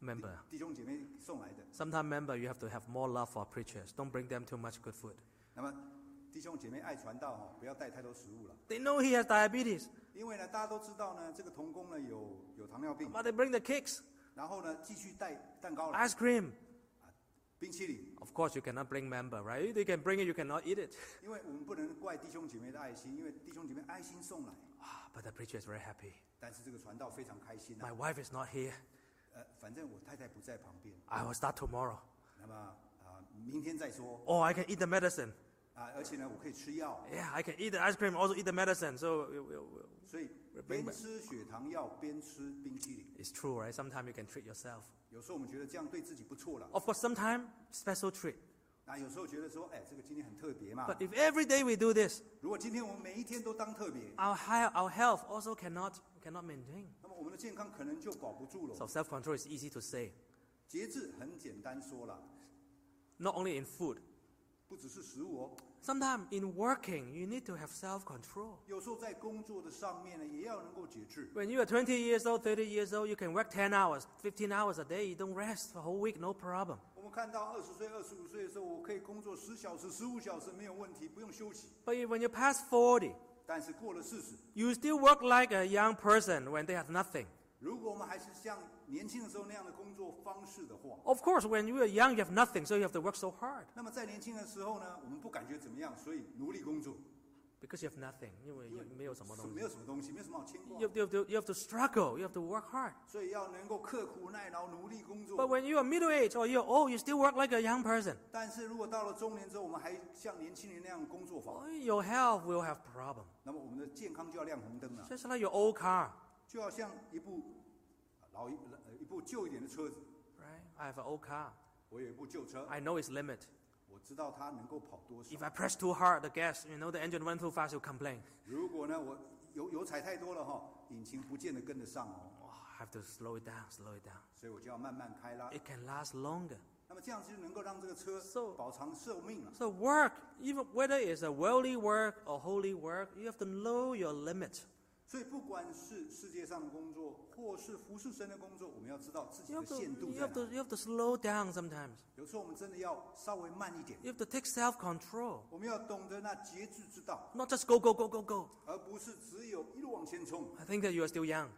S1: Member.
S2: 弟兄姐妹送来的。
S1: Sometimes member, you have to have more love for preachers. Don't bring them too much good food.
S2: 那么弟兄姐妹爱传道哦，不要带太多食物了，
S1: They know he has diabetes,
S2: 因为呢，大家都知道呢，这个童工呢有有糖尿病，
S1: but they bring the cakes,
S2: 然后呢继续带蛋糕来，
S1: ice cream.
S2: 冰淇淋，
S1: Of course, you cannot bring member, right? They can bring it, you cannot eat it.
S2: 因为我们不能怪弟兄姐妹的爱心，因为弟兄姐妹爱心送来，
S1: Ah, but the preacher is very happy.
S2: 但是这个传道非常开心啊
S1: My，wife is not here.
S2: 呃，反正我太太不在旁边，
S1: I will start tomorrow.
S2: 那么啊、明天再说
S1: Or I can eat the medicine.
S2: 啊、而且呢，我可以吃药，
S1: Yeah, I can eat the ice cream, also eat the medicine. So we- we- we-
S2: 所以边吃血糖药边吃冰淇淋，
S1: it's true, right? Sometimes you can treat yourself.
S2: 有时候我们觉得这样对自己不错了，
S1: Of course, sometimes special treat.
S2: 那有时候觉得说，哎，这个今天很特别嘛，
S1: But if every day we do this,
S2: 如果今天我们每一天都当特别。
S1: our, high, our health also cannot, cannot maintain.
S2: 那么我们的健康可能就保不住
S1: So
S2: 了。
S1: self control is easy to say,
S2: 节制很简单说了，
S1: not only in food.
S2: 不只是食物哦，
S1: Sometimes in working, you need to have self control.
S2: 有时候在工作的上面呢，也要能够节制。
S1: When you are 20 years old, 30 years old, you can work 10 hours, 15 hours a day. You don't rest for a whole week, no problem.
S2: 我们看到二十岁、二十五岁的时候，我可以工作十小时、十五小时没有问题，不用休息。
S1: But you- when you pass 40,
S2: 但是过了四十，
S1: you still work like a young person when they have nothing.
S2: 如果我们还是像年轻的时候那样的工作方式的话，
S1: Of course, when you are young, you have nothing, so you have to work so hard
S2: 那么在年轻的时候呢，我们不感觉怎么样，所以努力工作，
S1: because you have nothing.
S2: 因为
S1: 因为没有什么东西。
S2: 没有什么东西，没有什么好牵挂
S1: You，have, you, have to, you have to struggle, you have to work hard.
S2: 所以要能够刻苦耐劳，努力工作
S1: But。when you are middle aged or you're old, you still work like a young person.
S2: 但是如果到了中年之后，我们还像年轻人那样工作法，
S1: Your health will have problem.
S2: 那么我们的健康就要亮红灯了，
S1: Just like your old car,
S2: 就要像一部老一呃一部旧一点的车子，
S1: right? I have an old car.
S2: 我有一部旧车，
S1: I know its limit.
S2: 我知道它能够跑多
S1: If
S2: 少。
S1: I press too hard the gas, you know the engine went too fast, you'll complain.
S2: 如果呢我油油踩太多了哈，引擎不见得跟得上哦，
S1: Oh, I have to slow it down, slow it down.
S2: 所以我就要慢慢开啦。
S1: It can last longer.
S2: 那么这样就能够让这个车
S1: So-
S2: 保长寿命了。
S1: So work, even whether it's a worldly work or holy work, you have to know your limit.
S2: 所以不管是世界上的工作，或是服侍神的工作，我们要知道自己
S1: You
S2: 的
S1: have to,
S2: 限度
S1: you
S2: 在
S1: have
S2: 哪
S1: to,
S2: 里。
S1: you have to slow down sometimes.
S2: 有时候我们真的要稍微慢一点，
S1: You have to take self-control.
S2: 我们要懂得那节制之道，
S1: Not just go, go, go, go, go.
S2: 而不是只有一路往前冲。
S1: I think that you are still young.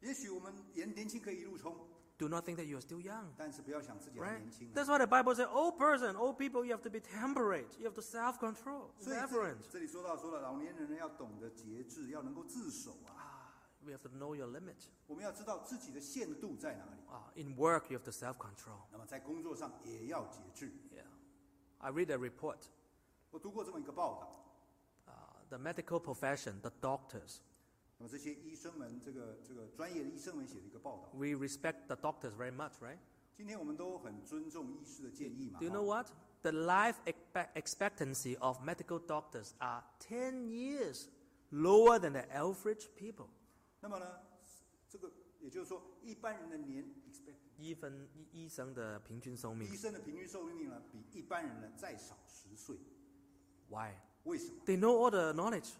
S2: 也许我们年年轻可以一路冲，
S1: Do not think that you are still young.
S2: 但是不要想自己还
S1: Right?
S2: 年轻啊。
S1: That's why the Bible says, old person, old people, you have to be temperate. You have to self-control,
S2: 所以这
S1: reverence.
S2: 这里说到说了，老年人呢要懂得节制，要能够自守啊。
S1: Ah, we have to know your limit.
S2: 我们要知道自己的限度在哪里，
S1: Ah, in work, you have to self-control.
S2: 那么在工作上也要节制。
S1: Yeah. I read a report.
S2: 我读过这么一个报道，
S1: Uh, the medical profession, the doctors,
S2: 那么这些医生们，这个这个专业的医生们写的一个报道。
S1: we respect the doctors very much, right?
S2: 今天我们都很尊重医师的建议嘛
S1: Do you know
S2: 哈
S1: what? The life expe- expectancy of medical doctors are 10 years lower than the average people.
S2: 那么呢，这个也就是说，一般人的年
S1: 医生-医-医生的平均寿命。
S2: 医生的平均寿命呢，比一般人呢再少十岁。
S1: Why?
S2: 为什么？
S1: They know all the knowledge.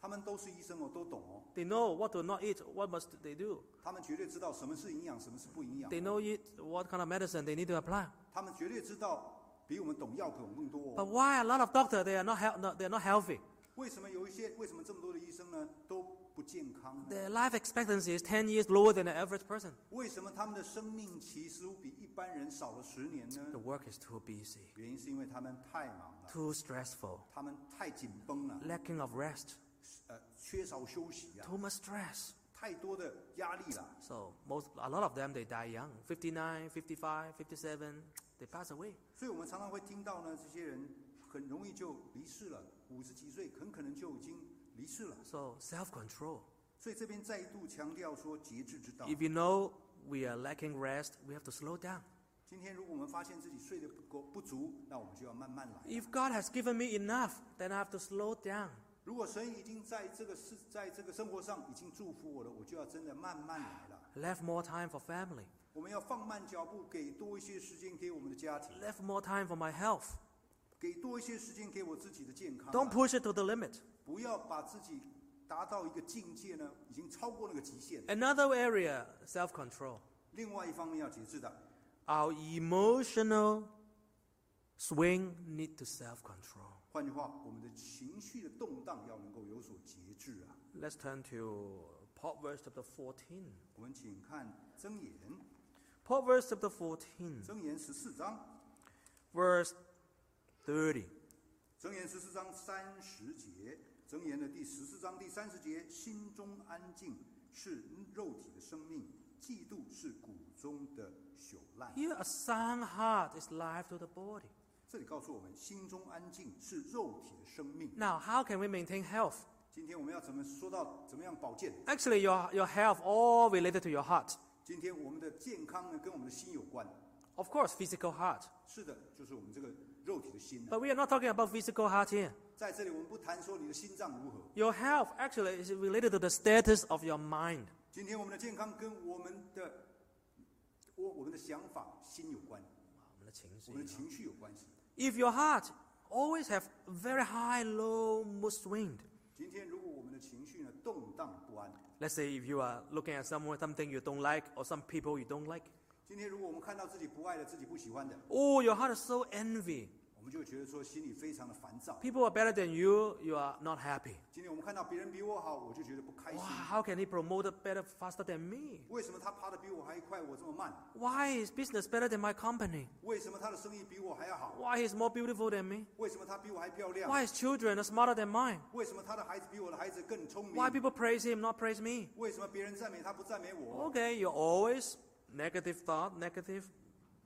S2: 他们都是医生哦，都懂哦。
S1: They know what to not eat, what must they do.
S2: 他们绝对知道什么是营养，什么是不营养
S1: They。know it, what kind of medicine they need to apply.
S2: 他们绝对知道比我们懂药品更多、
S1: But
S2: 哦。
S1: why a lot of doctors, they are not, hel- no, they are not healthy?
S2: 为哦为什么有一些为什么这么多的医生呢都不健康呢？
S1: Their life expectancy is 10 years lower than the average person.
S2: 为什么他们的生命期似乎比一般人少了十年
S1: The
S2: 呢？
S1: work is too busy,
S2: 原因是因为他们太忙了，
S1: too stressful,
S2: 他们太紧绷了，
S1: lacking of rest,
S2: 呃，缺少休息啊，
S1: too much stress.
S2: 太多的压力了。
S1: So most, a lot of them, they die young, 59, 55, 57, they pass away.
S2: 所以我们常常会听到呢，这些人很容易就离世了，五十几岁很可能就已经离世了。
S1: So self-control.
S2: 所以这边再度强调说节制之道。
S1: If you know we are lacking rest, we have to slow down.
S2: 今天如果我们发现自己睡得不够不足，那我们就要慢慢来。
S1: If God has given me enough, then I have to slow down.
S2: 如果神已经在这个事，在这个生活上已经祝福我了，我就要真的慢慢来了。
S1: Left more time for family.
S2: 我们要放慢脚步，给多一些时间给我们的家庭，
S1: Left more time for my health.
S2: 给多一些时间给我自己的健康啊、
S1: Don't push it to the limit.
S2: 不要把自己达到一个境界呢，已经超过那个极限。
S1: Another area, self-control.
S2: 另外一方面要节制的，
S1: Our emotional swing need to self-control.
S2: 换句话，我们的情绪的动荡要能够有所节制啊。
S1: Let's turn to Proverbs chapter 14.
S2: 我们请看箴言，
S1: Proverbs chapter 14,
S2: 箴言十四章，
S1: verse 30.
S2: 箴言十四章三十节，箴言的第十四章第三十节：心中安静是肉体的生命，嫉妒是骨中的朽烂。
S1: Here, a sound heart is life to the body.
S2: 这里告诉我们，心中安静是肉体的生命。
S1: Now, how can we maintain health?
S2: 今天我们要怎么说到怎么样保健？
S1: Actually, your, your health all related to your heart.
S2: 今天我们的健康呢，跟我们的心有关。
S1: Of course, physical heart.
S2: 是的，就是我们这个肉体的心啊、
S1: But we are not talking about physical heart here.
S2: 在这里，我们不谈说你的心脏如何。
S1: Your health actually is related to the status of your mind.
S2: 今天我们的健康跟我们的我我们的想法、心有关，我们的情绪有关系。
S1: If your heart always have very high, low mood swing,
S2: 今天如果我们的情绪呢动荡不安，
S1: let's say if you are looking at someone, something you don't like, or some people you don't like,
S2: 今天如果我们看到自己不爱的、自己不喜欢的，
S1: oh, your heart is so envy.
S2: 我们就会觉得说心里非常的烦躁。
S1: People are better than you, you are not happy.
S2: 今天我们看到别人比我好，我就觉得不开
S1: Wow,
S2: 心。
S1: how can he promote it better, faster than me?
S2: 为什么他爬得比我还快，我这么慢？
S1: Why is business better than my company?
S2: 为什么他的生意比我还要好？
S1: Why he's more beautiful than me?
S2: 为什么他比我还漂亮？
S1: Why his children are smarter than mine?
S2: 为什么他的孩子比我的孩子更聪明
S1: Why people praise him, not praise me?
S2: 为什么别人赞美他不赞美我
S1: Okay, you're always negative thought, negative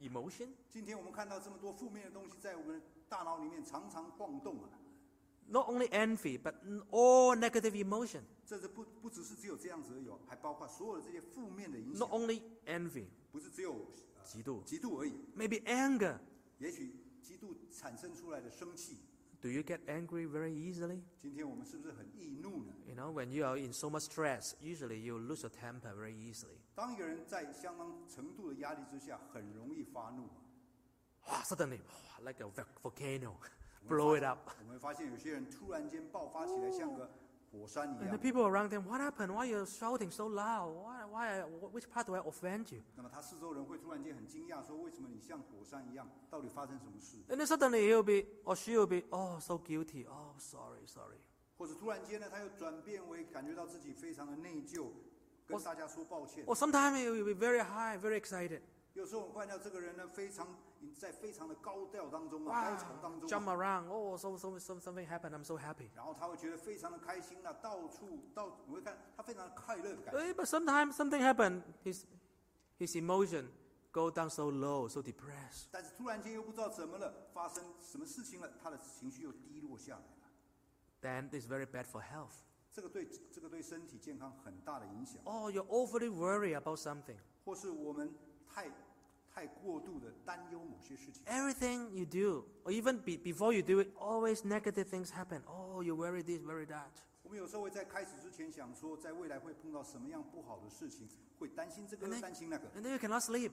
S1: emotion.
S2: 今天我们看到这么多负面的东西在我们的大脑里面常常晃动啊，
S1: Not only envy, but n- all negative emotion.
S2: 这是不不只是只有这样子而已哦，还包括所有的这些负面的影
S1: Not
S2: 响，
S1: only envy,
S2: 不是只有、呃、
S1: 嫉妒，
S2: 嫉妒而已，
S1: maybe anger.
S2: 也许嫉妒产生出来的生气。
S1: Do you get angry very easily?
S2: 今天我们是不是很易怒呢？
S1: You know, when you are in so much stress, usually you lose your temper very easily.
S2: 当一个人在相当程度的压力之下，很容易发怒啊、
S1: suddenly, like a vo- volcano,
S2: 我们
S1: blow
S2: 会
S1: it
S2: 发
S1: up.
S2: 我们会发现有些人突然间爆发起来，像个火山一
S1: And the
S2: 样。
S1: people around them, what happened? Why are you shouting so loud? Why, why, wh- which part do I offend you?
S2: 那么他四周人会突然间很惊讶，说：“为什么你像火山一样？到底发生什么事？”
S1: And then suddenly he'll be, or she'll be, oh, so guilty. Oh, sorry, sorry.
S2: 或者突然间呢，他又转变为感觉到自己非常的内疚，跟大家说抱歉。
S1: Or sometimes he'll be very high, very excited.
S2: 有时候我们看到这个人呢，非常在非常的高调当中
S1: Wow,
S2: 啊，高潮当中
S1: jump
S2: 啊，
S1: around. Oh, so, so, so something happened. I'm so happy.
S2: 然后他会觉得非常的开心啊，到处到你会看他非常快乐 的感觉。
S1: Eh, But sometimes something happened. His, his emotion go down so low, so depressed.
S2: 但是突然间又不知道怎么了，发生什么事情了，他的情绪又低落下来了。
S1: Then it's very bad for health.
S2: 这个对这个对身体健康很大的影响，
S1: Oh, you're overly worried about something.
S2: 或是我们太太过度的担忧某些事情。
S1: Everything you do, or even be, before you do it, always negative things happen. Oh, you worry this, worry that.
S2: 我们有时候会在开始之前想说，在未来会碰到什么样不好的事情，会担心这个，
S1: 那
S2: 担心那个，
S1: And then you cannot sleep.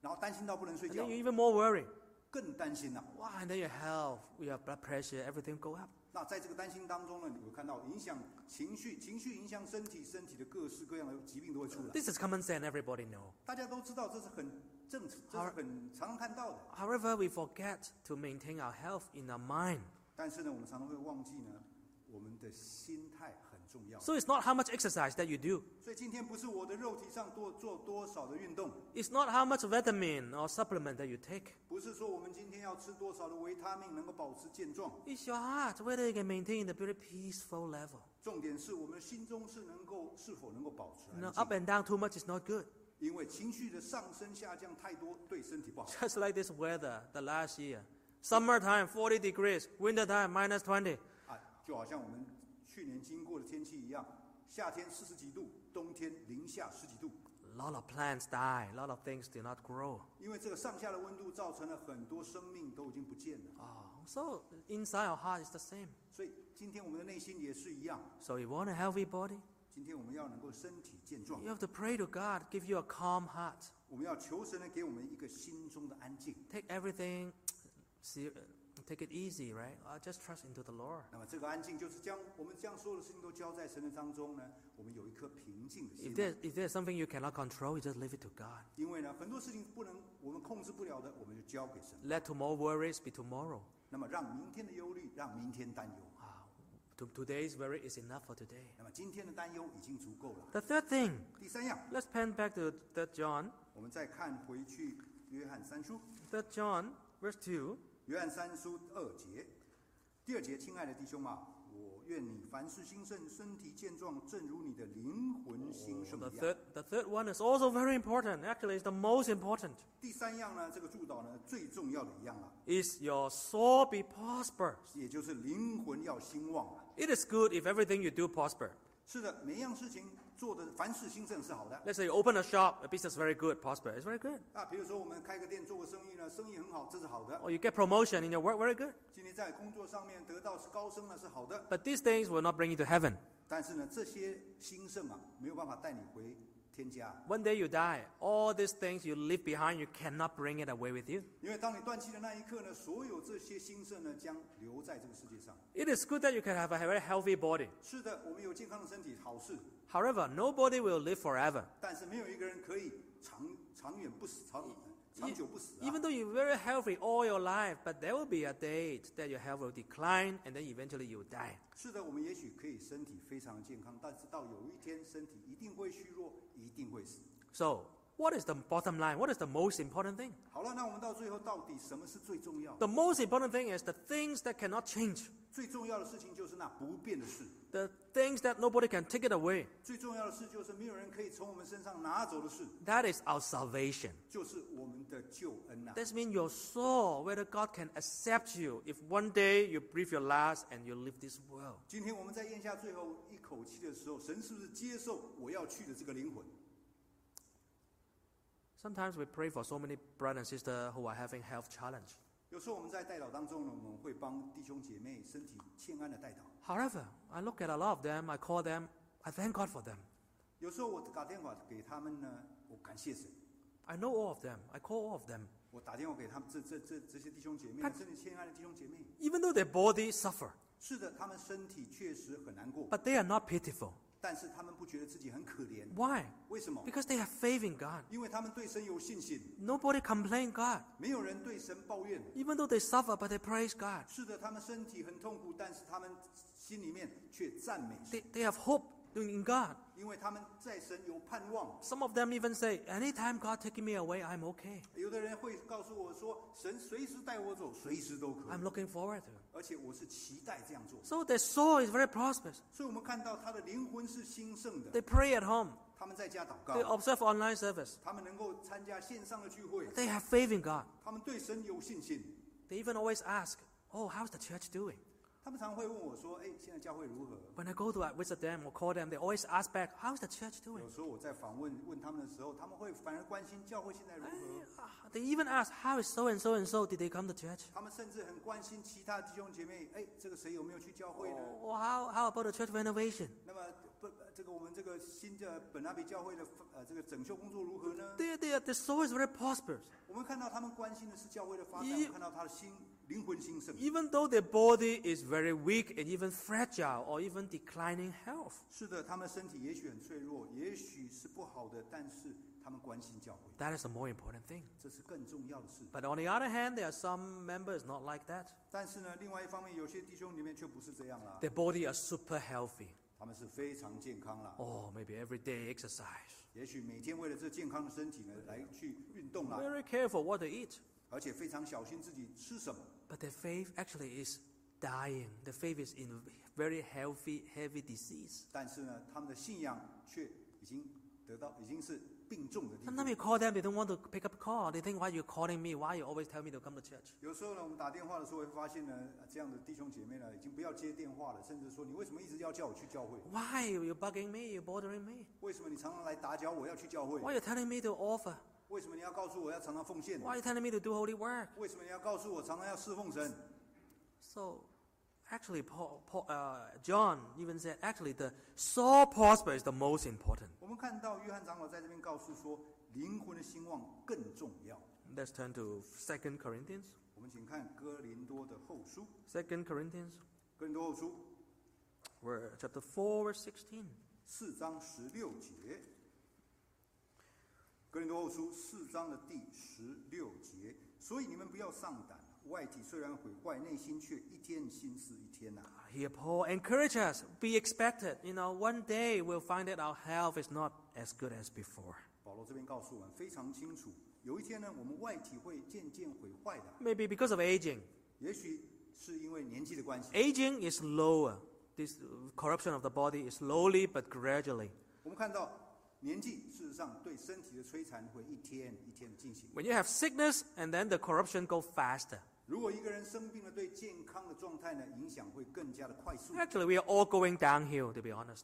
S2: 然后担心到不能睡
S1: And
S2: 觉
S1: then，you're even more worried.
S2: 更担心了、
S1: Wow, and then your health, your blood pressure, everything go up.
S2: 那在这个担心当中呢，你会看到影响情绪，情绪影响身体，身体的各式各样的疾病都会出来。
S1: This is common sense, everybody know.
S2: 大家都知道这是很正，这是
S1: 好
S2: 很常常看到的。
S1: However, we forget to maintain our health in our mind.
S2: 但是呢，我们常常会忘记呢，我们的心态很重要。
S1: So it's not how much exercise that you do.
S2: 所以今天不是我的肉体上多做多少的运动，
S1: It's not how much vitamin or supplement that you take.
S2: 不是说我们今天要吃多少的维他命能够保持健壮，
S1: It's your heart, whether you can maintain the very peaceful level.
S2: 重点是我们心中是能够是否能够保持
S1: You know,
S2: 安
S1: up
S2: 静，
S1: and down too much is not good.
S2: 因为情绪的上升下降太多对身体不好。
S1: Just like this weather the last year. Summertime, 40 degrees. Wintertime, minus 20.
S2: 啊，就好像我们去年经过的天气一样，夏天四十几度，冬天零下十几度，
S1: A lot of plants die. A lot of things do not grow.
S2: 因为这个上下的温度造成了很多生命都已经不见了。
S1: Oh, so inside our heart is the same.
S2: 所以今天我们的内心也是一样，
S1: So you want a healthy body?
S2: 今天我们要能够身体健壮
S1: You，have to pray to God, give you a calm heart.
S2: 我们要求神呢给我们一个心中的安静。
S1: Take everything, see, take it easy, right? Uh, just trust into the Lord.
S2: 那么这个安静就是将我们将所有的事情都交在神的当中呢，我们有一颗平静的
S1: If
S2: 心。
S1: there's, if there's something you cannot control, you just leave it to God.
S2: 因为呢，很多事情不能我们控制不了的，我们就交给神。
S1: Let tomorrow worries be tomorrow.
S2: 那么让明天的忧虑，让明天担忧。
S1: Uh, to, today's worry is enough for today.
S2: 那么今天的担忧已经足够了。
S1: The third thing,
S2: 第三样，
S1: let's pan back to 3 John.
S2: 我们再看回去约翰三书，
S1: 3 John, verse 2.
S2: 约翰三书二节，第二节，亲爱的弟兄啊，我愿你凡事兴盛，身体健壮，正如你的灵魂兴盛
S1: The
S2: 一样。
S1: third, the third one is also very important. Actually, it's the most important.
S2: 第三样呢，这个祝祷呢最重要的一样啊，
S1: Is your soul be prosperous?
S2: 也就是灵魂要兴旺啊。
S1: It is good if everything you do prosper.
S2: 是的，每样事情做的凡事兴盛是好的
S1: Let's say you open a shop, a business very good, prosper. It's very good.
S2: 啊。比如说我们开个店做个生意呢，生意很好，这是好的。
S1: Or you get promotion in your work, very good.
S2: 今天在工作上面得到高升呢是好的，
S1: But these things will not bring you to heaven.
S2: 但是呢这些兴盛啊没有办法带你回天家。
S1: One day you die. All these things you leave behind, you cannot bring it away with you.
S2: 因为当你断气的那一刻呢，所有这些兴盛呢将留在这个世界上。
S1: It is good that you can have a very healthy body.
S2: 是的，我们有健康的身体，好事，
S1: However, nobody will live forever.
S2: 但是没有一个人可以长长远不死，长长
S1: E-
S2: 久不死、啊。
S1: Even though you're very healthy all your life, but there will be a day that your health will decline and then eventually you will die.
S2: 是的，我们也许可以身体非常健康，但是到有一天身体一定会虚弱，一定会死。
S1: So, what is the bottom line? What is the most important thing?
S2: 好了，那我们到最后到底什么是最重要？
S1: The most important thing is the things that cannot change,
S2: 最重要的事情就是那不变的事，
S1: the things that nobody can take it away.
S2: 最重要的事就是没有人可以从我们身上拿走的事，
S1: That is our salvation.
S2: 就是我们的救恩呐、
S1: That means your soul, whether God can accept you if one day you breathe your last and you leave this world.
S2: 今天我们在咽下最后一口气的时候，神是不是接受我要去的这个灵魂？
S1: Sometimes we pray for so many brothers and sisters who are having health challenge.
S2: 有时候我们在代祷当中呢，我们会帮弟兄姐妹身体欠安的代祷。
S1: However, I look at a lot of them, I call them, I thank God for them.
S2: 有时候我打电话给他们呢，我感谢神。
S1: I know all of them, I call all of them.
S2: 我打电话给他们这这这这些弟兄姐妹
S1: 他
S2: 呢，身体欠安的弟兄姐妹，
S1: Even though their body suffer,
S2: 是的，他们身体确实很难过，
S1: but they are not pitiful.
S2: 但是他们不觉得自己很可怜，
S1: Why?
S2: 为什么？
S1: Because they have faith in God.
S2: 因为他们对神有信心，
S1: Nobody complain God.
S2: 没有人对神抱怨。
S1: Even though they suffer, but they praise God.
S2: 是的，他们身体很痛苦，但是他们心里面却赞美神，
S1: They, they have hope in God.
S2: 因为他们在神有盼望。
S1: Some of them even say, anytime God taking me away, I'm okay.
S2: 有的人会告诉我说，神随时带我走，随时都可以，
S1: I'm looking forward to it.
S2: 而且我是期待这样做。
S1: So their soul is very prosperous.
S2: 所以，我们看到他的灵魂是兴盛的
S1: They，pray at home.
S2: 他们在家祷
S1: They
S2: 告，
S1: observe online service.
S2: 他们能够参加线上的聚会，
S1: They have faith in God.
S2: 他们对神有信心。
S1: They even always ask, oh, how's the church doing?
S2: 他们常会问我说：“哎，现在教会如何
S1: When I go to visit them or call them, they always ask back, how's the church？” doing?
S2: 有时候我在访问问他们的时候，他们会反而关心教会现在如
S1: Eh,
S2: 何。
S1: ah, They even ask, how is so and so and so? Did they come to church?
S2: 他们甚至很关心其他弟兄姐妹，哎，这个谁有没有去教会呢？
S1: Or Oh, how, how about the church renovation?
S2: 那么不，这个我们这个新的本拉比教会的呃这个整修工作如何呢？
S1: They, they, their soul is very prosperous.
S2: 我们看到他们关心的是教会的发展，
S1: 一
S2: 我看到他的心灵魂兴盛。
S1: even though their body is very weak and even fragile or even declining health.
S2: 是的，他们身体也许很脆弱，也许是不好的，但是他们关心教会，
S1: That is the more important thing.
S2: 这是更重要的事。
S1: But on the other hand, there are some members not like that.
S2: 但是呢，另外一方面，有些弟兄里面却不是这样啦，
S1: Their body are super healthy.
S2: 他们是非常健康啦，
S1: Oh, maybe every day exercise.
S2: 也许每天为了这健康的身体呢来去运动啦，
S1: Very careful what they eat.
S2: 而且非常小心自己吃什么。
S1: But their faith actually is dying. Their faith is in very healthy, heavy disease.
S2: 但是呢，他们的信仰却已经得到已经是病重的地步
S1: Sometimes。you call them, they don't want to pick up call. They think, why you calling me? Why you always tell me to come to church?
S2: 有时候呢，我们打电话的时候会发现呢，啊这样的弟兄姐妹呢，已经不要接电话了，甚至说你为什么一直要叫我去教会？
S1: Why you bugging me? You bothering me?
S2: 为什么你常常来打搅我要去教会？
S1: Why you telling me to offer?
S2: 为什么你要告诉我要常常奉献？
S1: Why you telling me to do holy work?
S2: 为什么你要告诉我常常要侍奉神？
S1: So, actually, Paul, Paul, uh, John even said, actually, the soul prosper is the most important.
S2: 我们看到约翰长老在这边告诉说，灵魂的兴旺更重要。
S1: Let's turn to Second Corinthians.
S2: 我们请看哥林多的后书，
S1: Second Corinthians,
S2: 哥林多后书
S1: where- chapter 4, verse 16.
S2: 四章十六节，哥林多后书四章的第十六节。所以你们不要上胆，外体虽然毁坏，内心却一天心思一天呐、
S1: Here, Paul encourages us, be expected. You know, one day we'll find that our health is not as good as before.
S2: 保罗这边告诉我们非常清楚，有一天呢，我们外体会渐渐毁坏的，
S1: Maybe because of aging.
S2: 也许是因为年纪的关系。
S1: Aging is lower. This uh, corruption of the body is slowly but gradually.
S2: 我们看到年纪事实上对身体的摧残会一天一天的进行。
S1: When you have sickness and then the corruption go faster.
S2: 如果一个人生病了，对健康的状态呢影响会更加的快速。
S1: Actually, we are all going downhill, to be honest,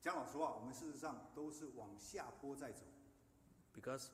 S2: 讲老实话，我们事实上都是往下坡在走，
S1: because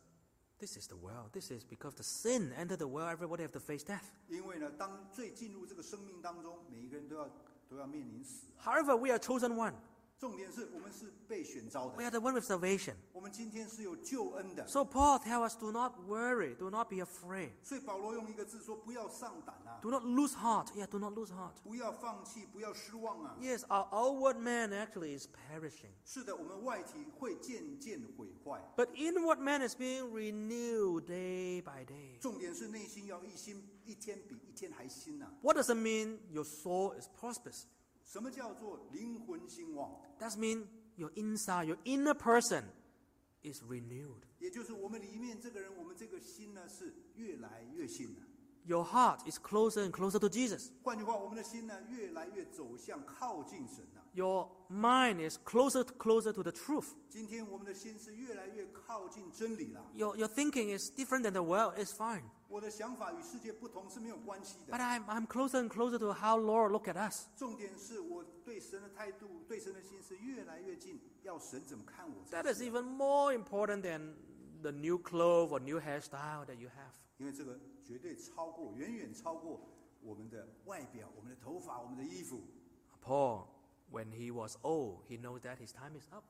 S1: this is the world. This is because the sin entered the world. Everybody have to face death.
S2: 因为呢，当最进入这个生命当中，每一个人都要都要面临死。
S1: However, we are chosen one.
S2: 重点是我们是被选召
S1: We are
S2: 的，
S1: the one with salvation.
S2: 我们今天是有救恩的。
S1: So Paul tells us, do not worry, do not be afraid,
S2: 所以保罗用一个字说：“不要上胆啊，
S1: do not lose heart. Yeah, do not lose heart.
S2: 不要放弃，不要失望啊。
S1: Yes, our outward man actually is perishing, ”
S2: 是的，我们外体会渐渐毁坏，
S1: but inward man is being renewed day by day.
S2: 重点是内心要一心，一天比一天还新呐、
S1: What does it mean? Your soul is prosperous.
S2: 什么叫做灵魂兴旺？
S1: That means your inside, your inner person, is renewed.
S2: 也就是我们里面这个人，我们这个心呢是越来越新啊了、
S1: Your heart is closer and closer to Jesus.
S2: 换句话，我们的心呢越来越走向靠近神啊了、
S1: Your mind is closer closer to the truth.
S2: 今天我们的心是越来越靠近真理了。
S1: Your, your thinking is different than the world. It's fine.
S2: 我的想法与世界不同是没有关系
S1: But
S2: 的。
S1: I'm, I'm closer and closer to how Lord look at us.
S2: 重点是我对神的态度，对神的心是越来越近，要神怎么看我才
S1: That is
S2: 是啊？
S1: even more important than the new clothes or new hairstyle that you have.
S2: 因为这个绝对超过，远远超过我们的外表、我们的头发、我们的衣服。
S1: Paul, when he was old, he knows that his time is up.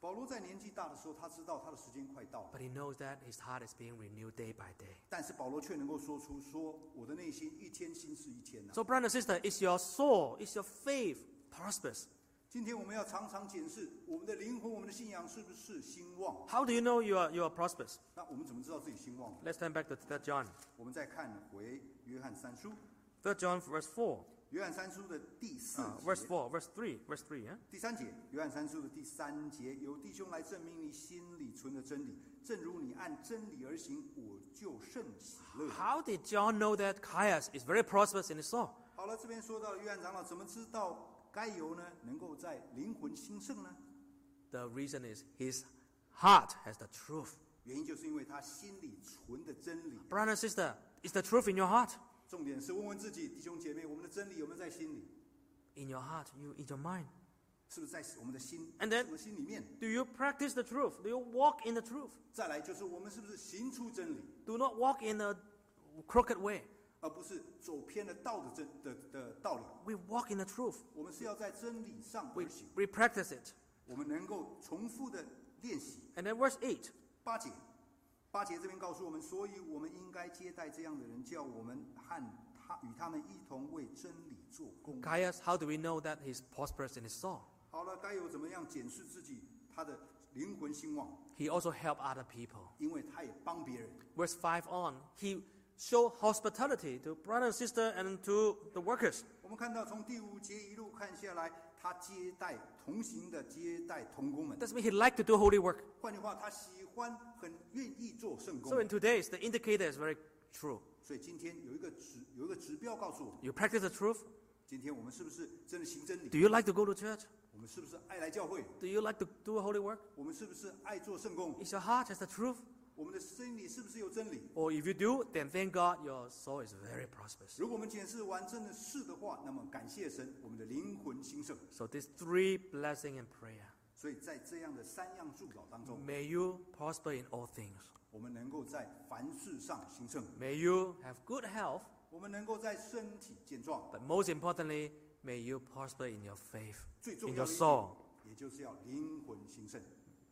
S2: 保罗在年纪大的时候，他知道他的时间快到了，
S1: But he knows that his heart is being renewed day by day.
S2: 但是保罗却能够说出说：“我的内心一天心是一啊天呐、
S1: So, brother and sister, is your soul, is your faith prosperous?
S2: 今天我们要常常检视我们的灵魂、我们的信仰是不是兴旺？
S1: How do you know you are, you are prosperous?
S2: 那我们怎么知道自己兴旺呢？
S1: Let's turn back to 3 John.
S2: 我们再看回约翰三书，
S1: 3 John, verse 4.
S2: 约翰三书的第四
S1: Uh,
S2: 节
S1: verse 4, verse 3, verse 3, yeah?
S2: 第三节，约翰三书的第三节，有弟兄来证明你心里存的真理，正如你按真理而行，我就甚喜乐。
S1: How did John know that Caius is very prosperous in his soul?
S2: 好了，这边说到了约翰长老怎么知道该由呢能够在灵魂兴盛呢？
S1: The reason is his heart has the truth.
S2: 原因就是因为他心里存的真理。
S1: Brother and sister, is the truth in your heart?
S2: 重点是问问自己，弟兄姐妹，我们的真理有没有在心里？
S1: In your heart, you in your mind.
S2: 是不是在我们的心？
S1: And then-
S2: 我们心里面。
S1: Do you practice the truth? Do you walk in the truth?
S2: 再来就是我们是不是行出真理，
S1: Do not walk in a crooked way.
S2: 而不是走偏了道的真的的道理。
S1: We walk in the truth.
S2: 我们是要在真理上
S1: We,
S2: 而行。
S1: we practice it.
S2: 我们能够重复的练习。
S1: And then verse 8.
S2: 八节，八节这边告诉我们，所以我们应该接待这样的人，叫我们和他与他们一同为真理做工。
S1: Gaius, how do we know that he's prosperous in his soul?
S2: 好了，该有怎么样检视自己他的灵魂兴旺？
S1: He also helped other people.
S2: 因为他也帮别人。
S1: Verse 5 on, he showed hospitality to brother and sister and to the workers.
S2: 我们看到从第五节一路看下来，他接待同行的，接待同工们。
S1: That's mean he liked to do holy work.
S2: 换句话，他喜欢，很愿意做圣工
S1: So。in today's, the indicator is very true.
S2: 所以今天有一个指有一个指标告诉我们，
S1: You practice the truth.
S2: 今天我们是不是真的行真
S1: Do
S2: 理？
S1: you like to go to church?
S2: 我们是不是爱来教会？
S1: Do you like to do holy work?
S2: 我们是不是爱做圣工？
S1: Is your heart has the truth?
S2: 我们的心里是不是有真理？
S1: Or if you do, then thank God your soul is very prosperous.
S2: 如果我们检视完真的是的话，那么感谢神，我们的灵魂兴盛。
S1: So these three blessing and prayer.
S2: 所以在这样的三样祝祷当中，
S1: May you prosper in all things.
S2: 我们能够在凡事上兴盛，
S1: May you have good health,
S2: 我们能够在身体健壮，
S1: but most importantly, may you prosper in your faith,
S2: 最重
S1: in
S2: 要
S1: your
S2: 的一
S1: soul.
S2: 点，也就是要灵魂兴盛。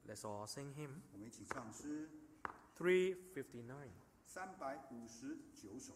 S1: Let's all sing him.
S2: 我们一起唱诗
S1: 359.
S2: 三百五十九首。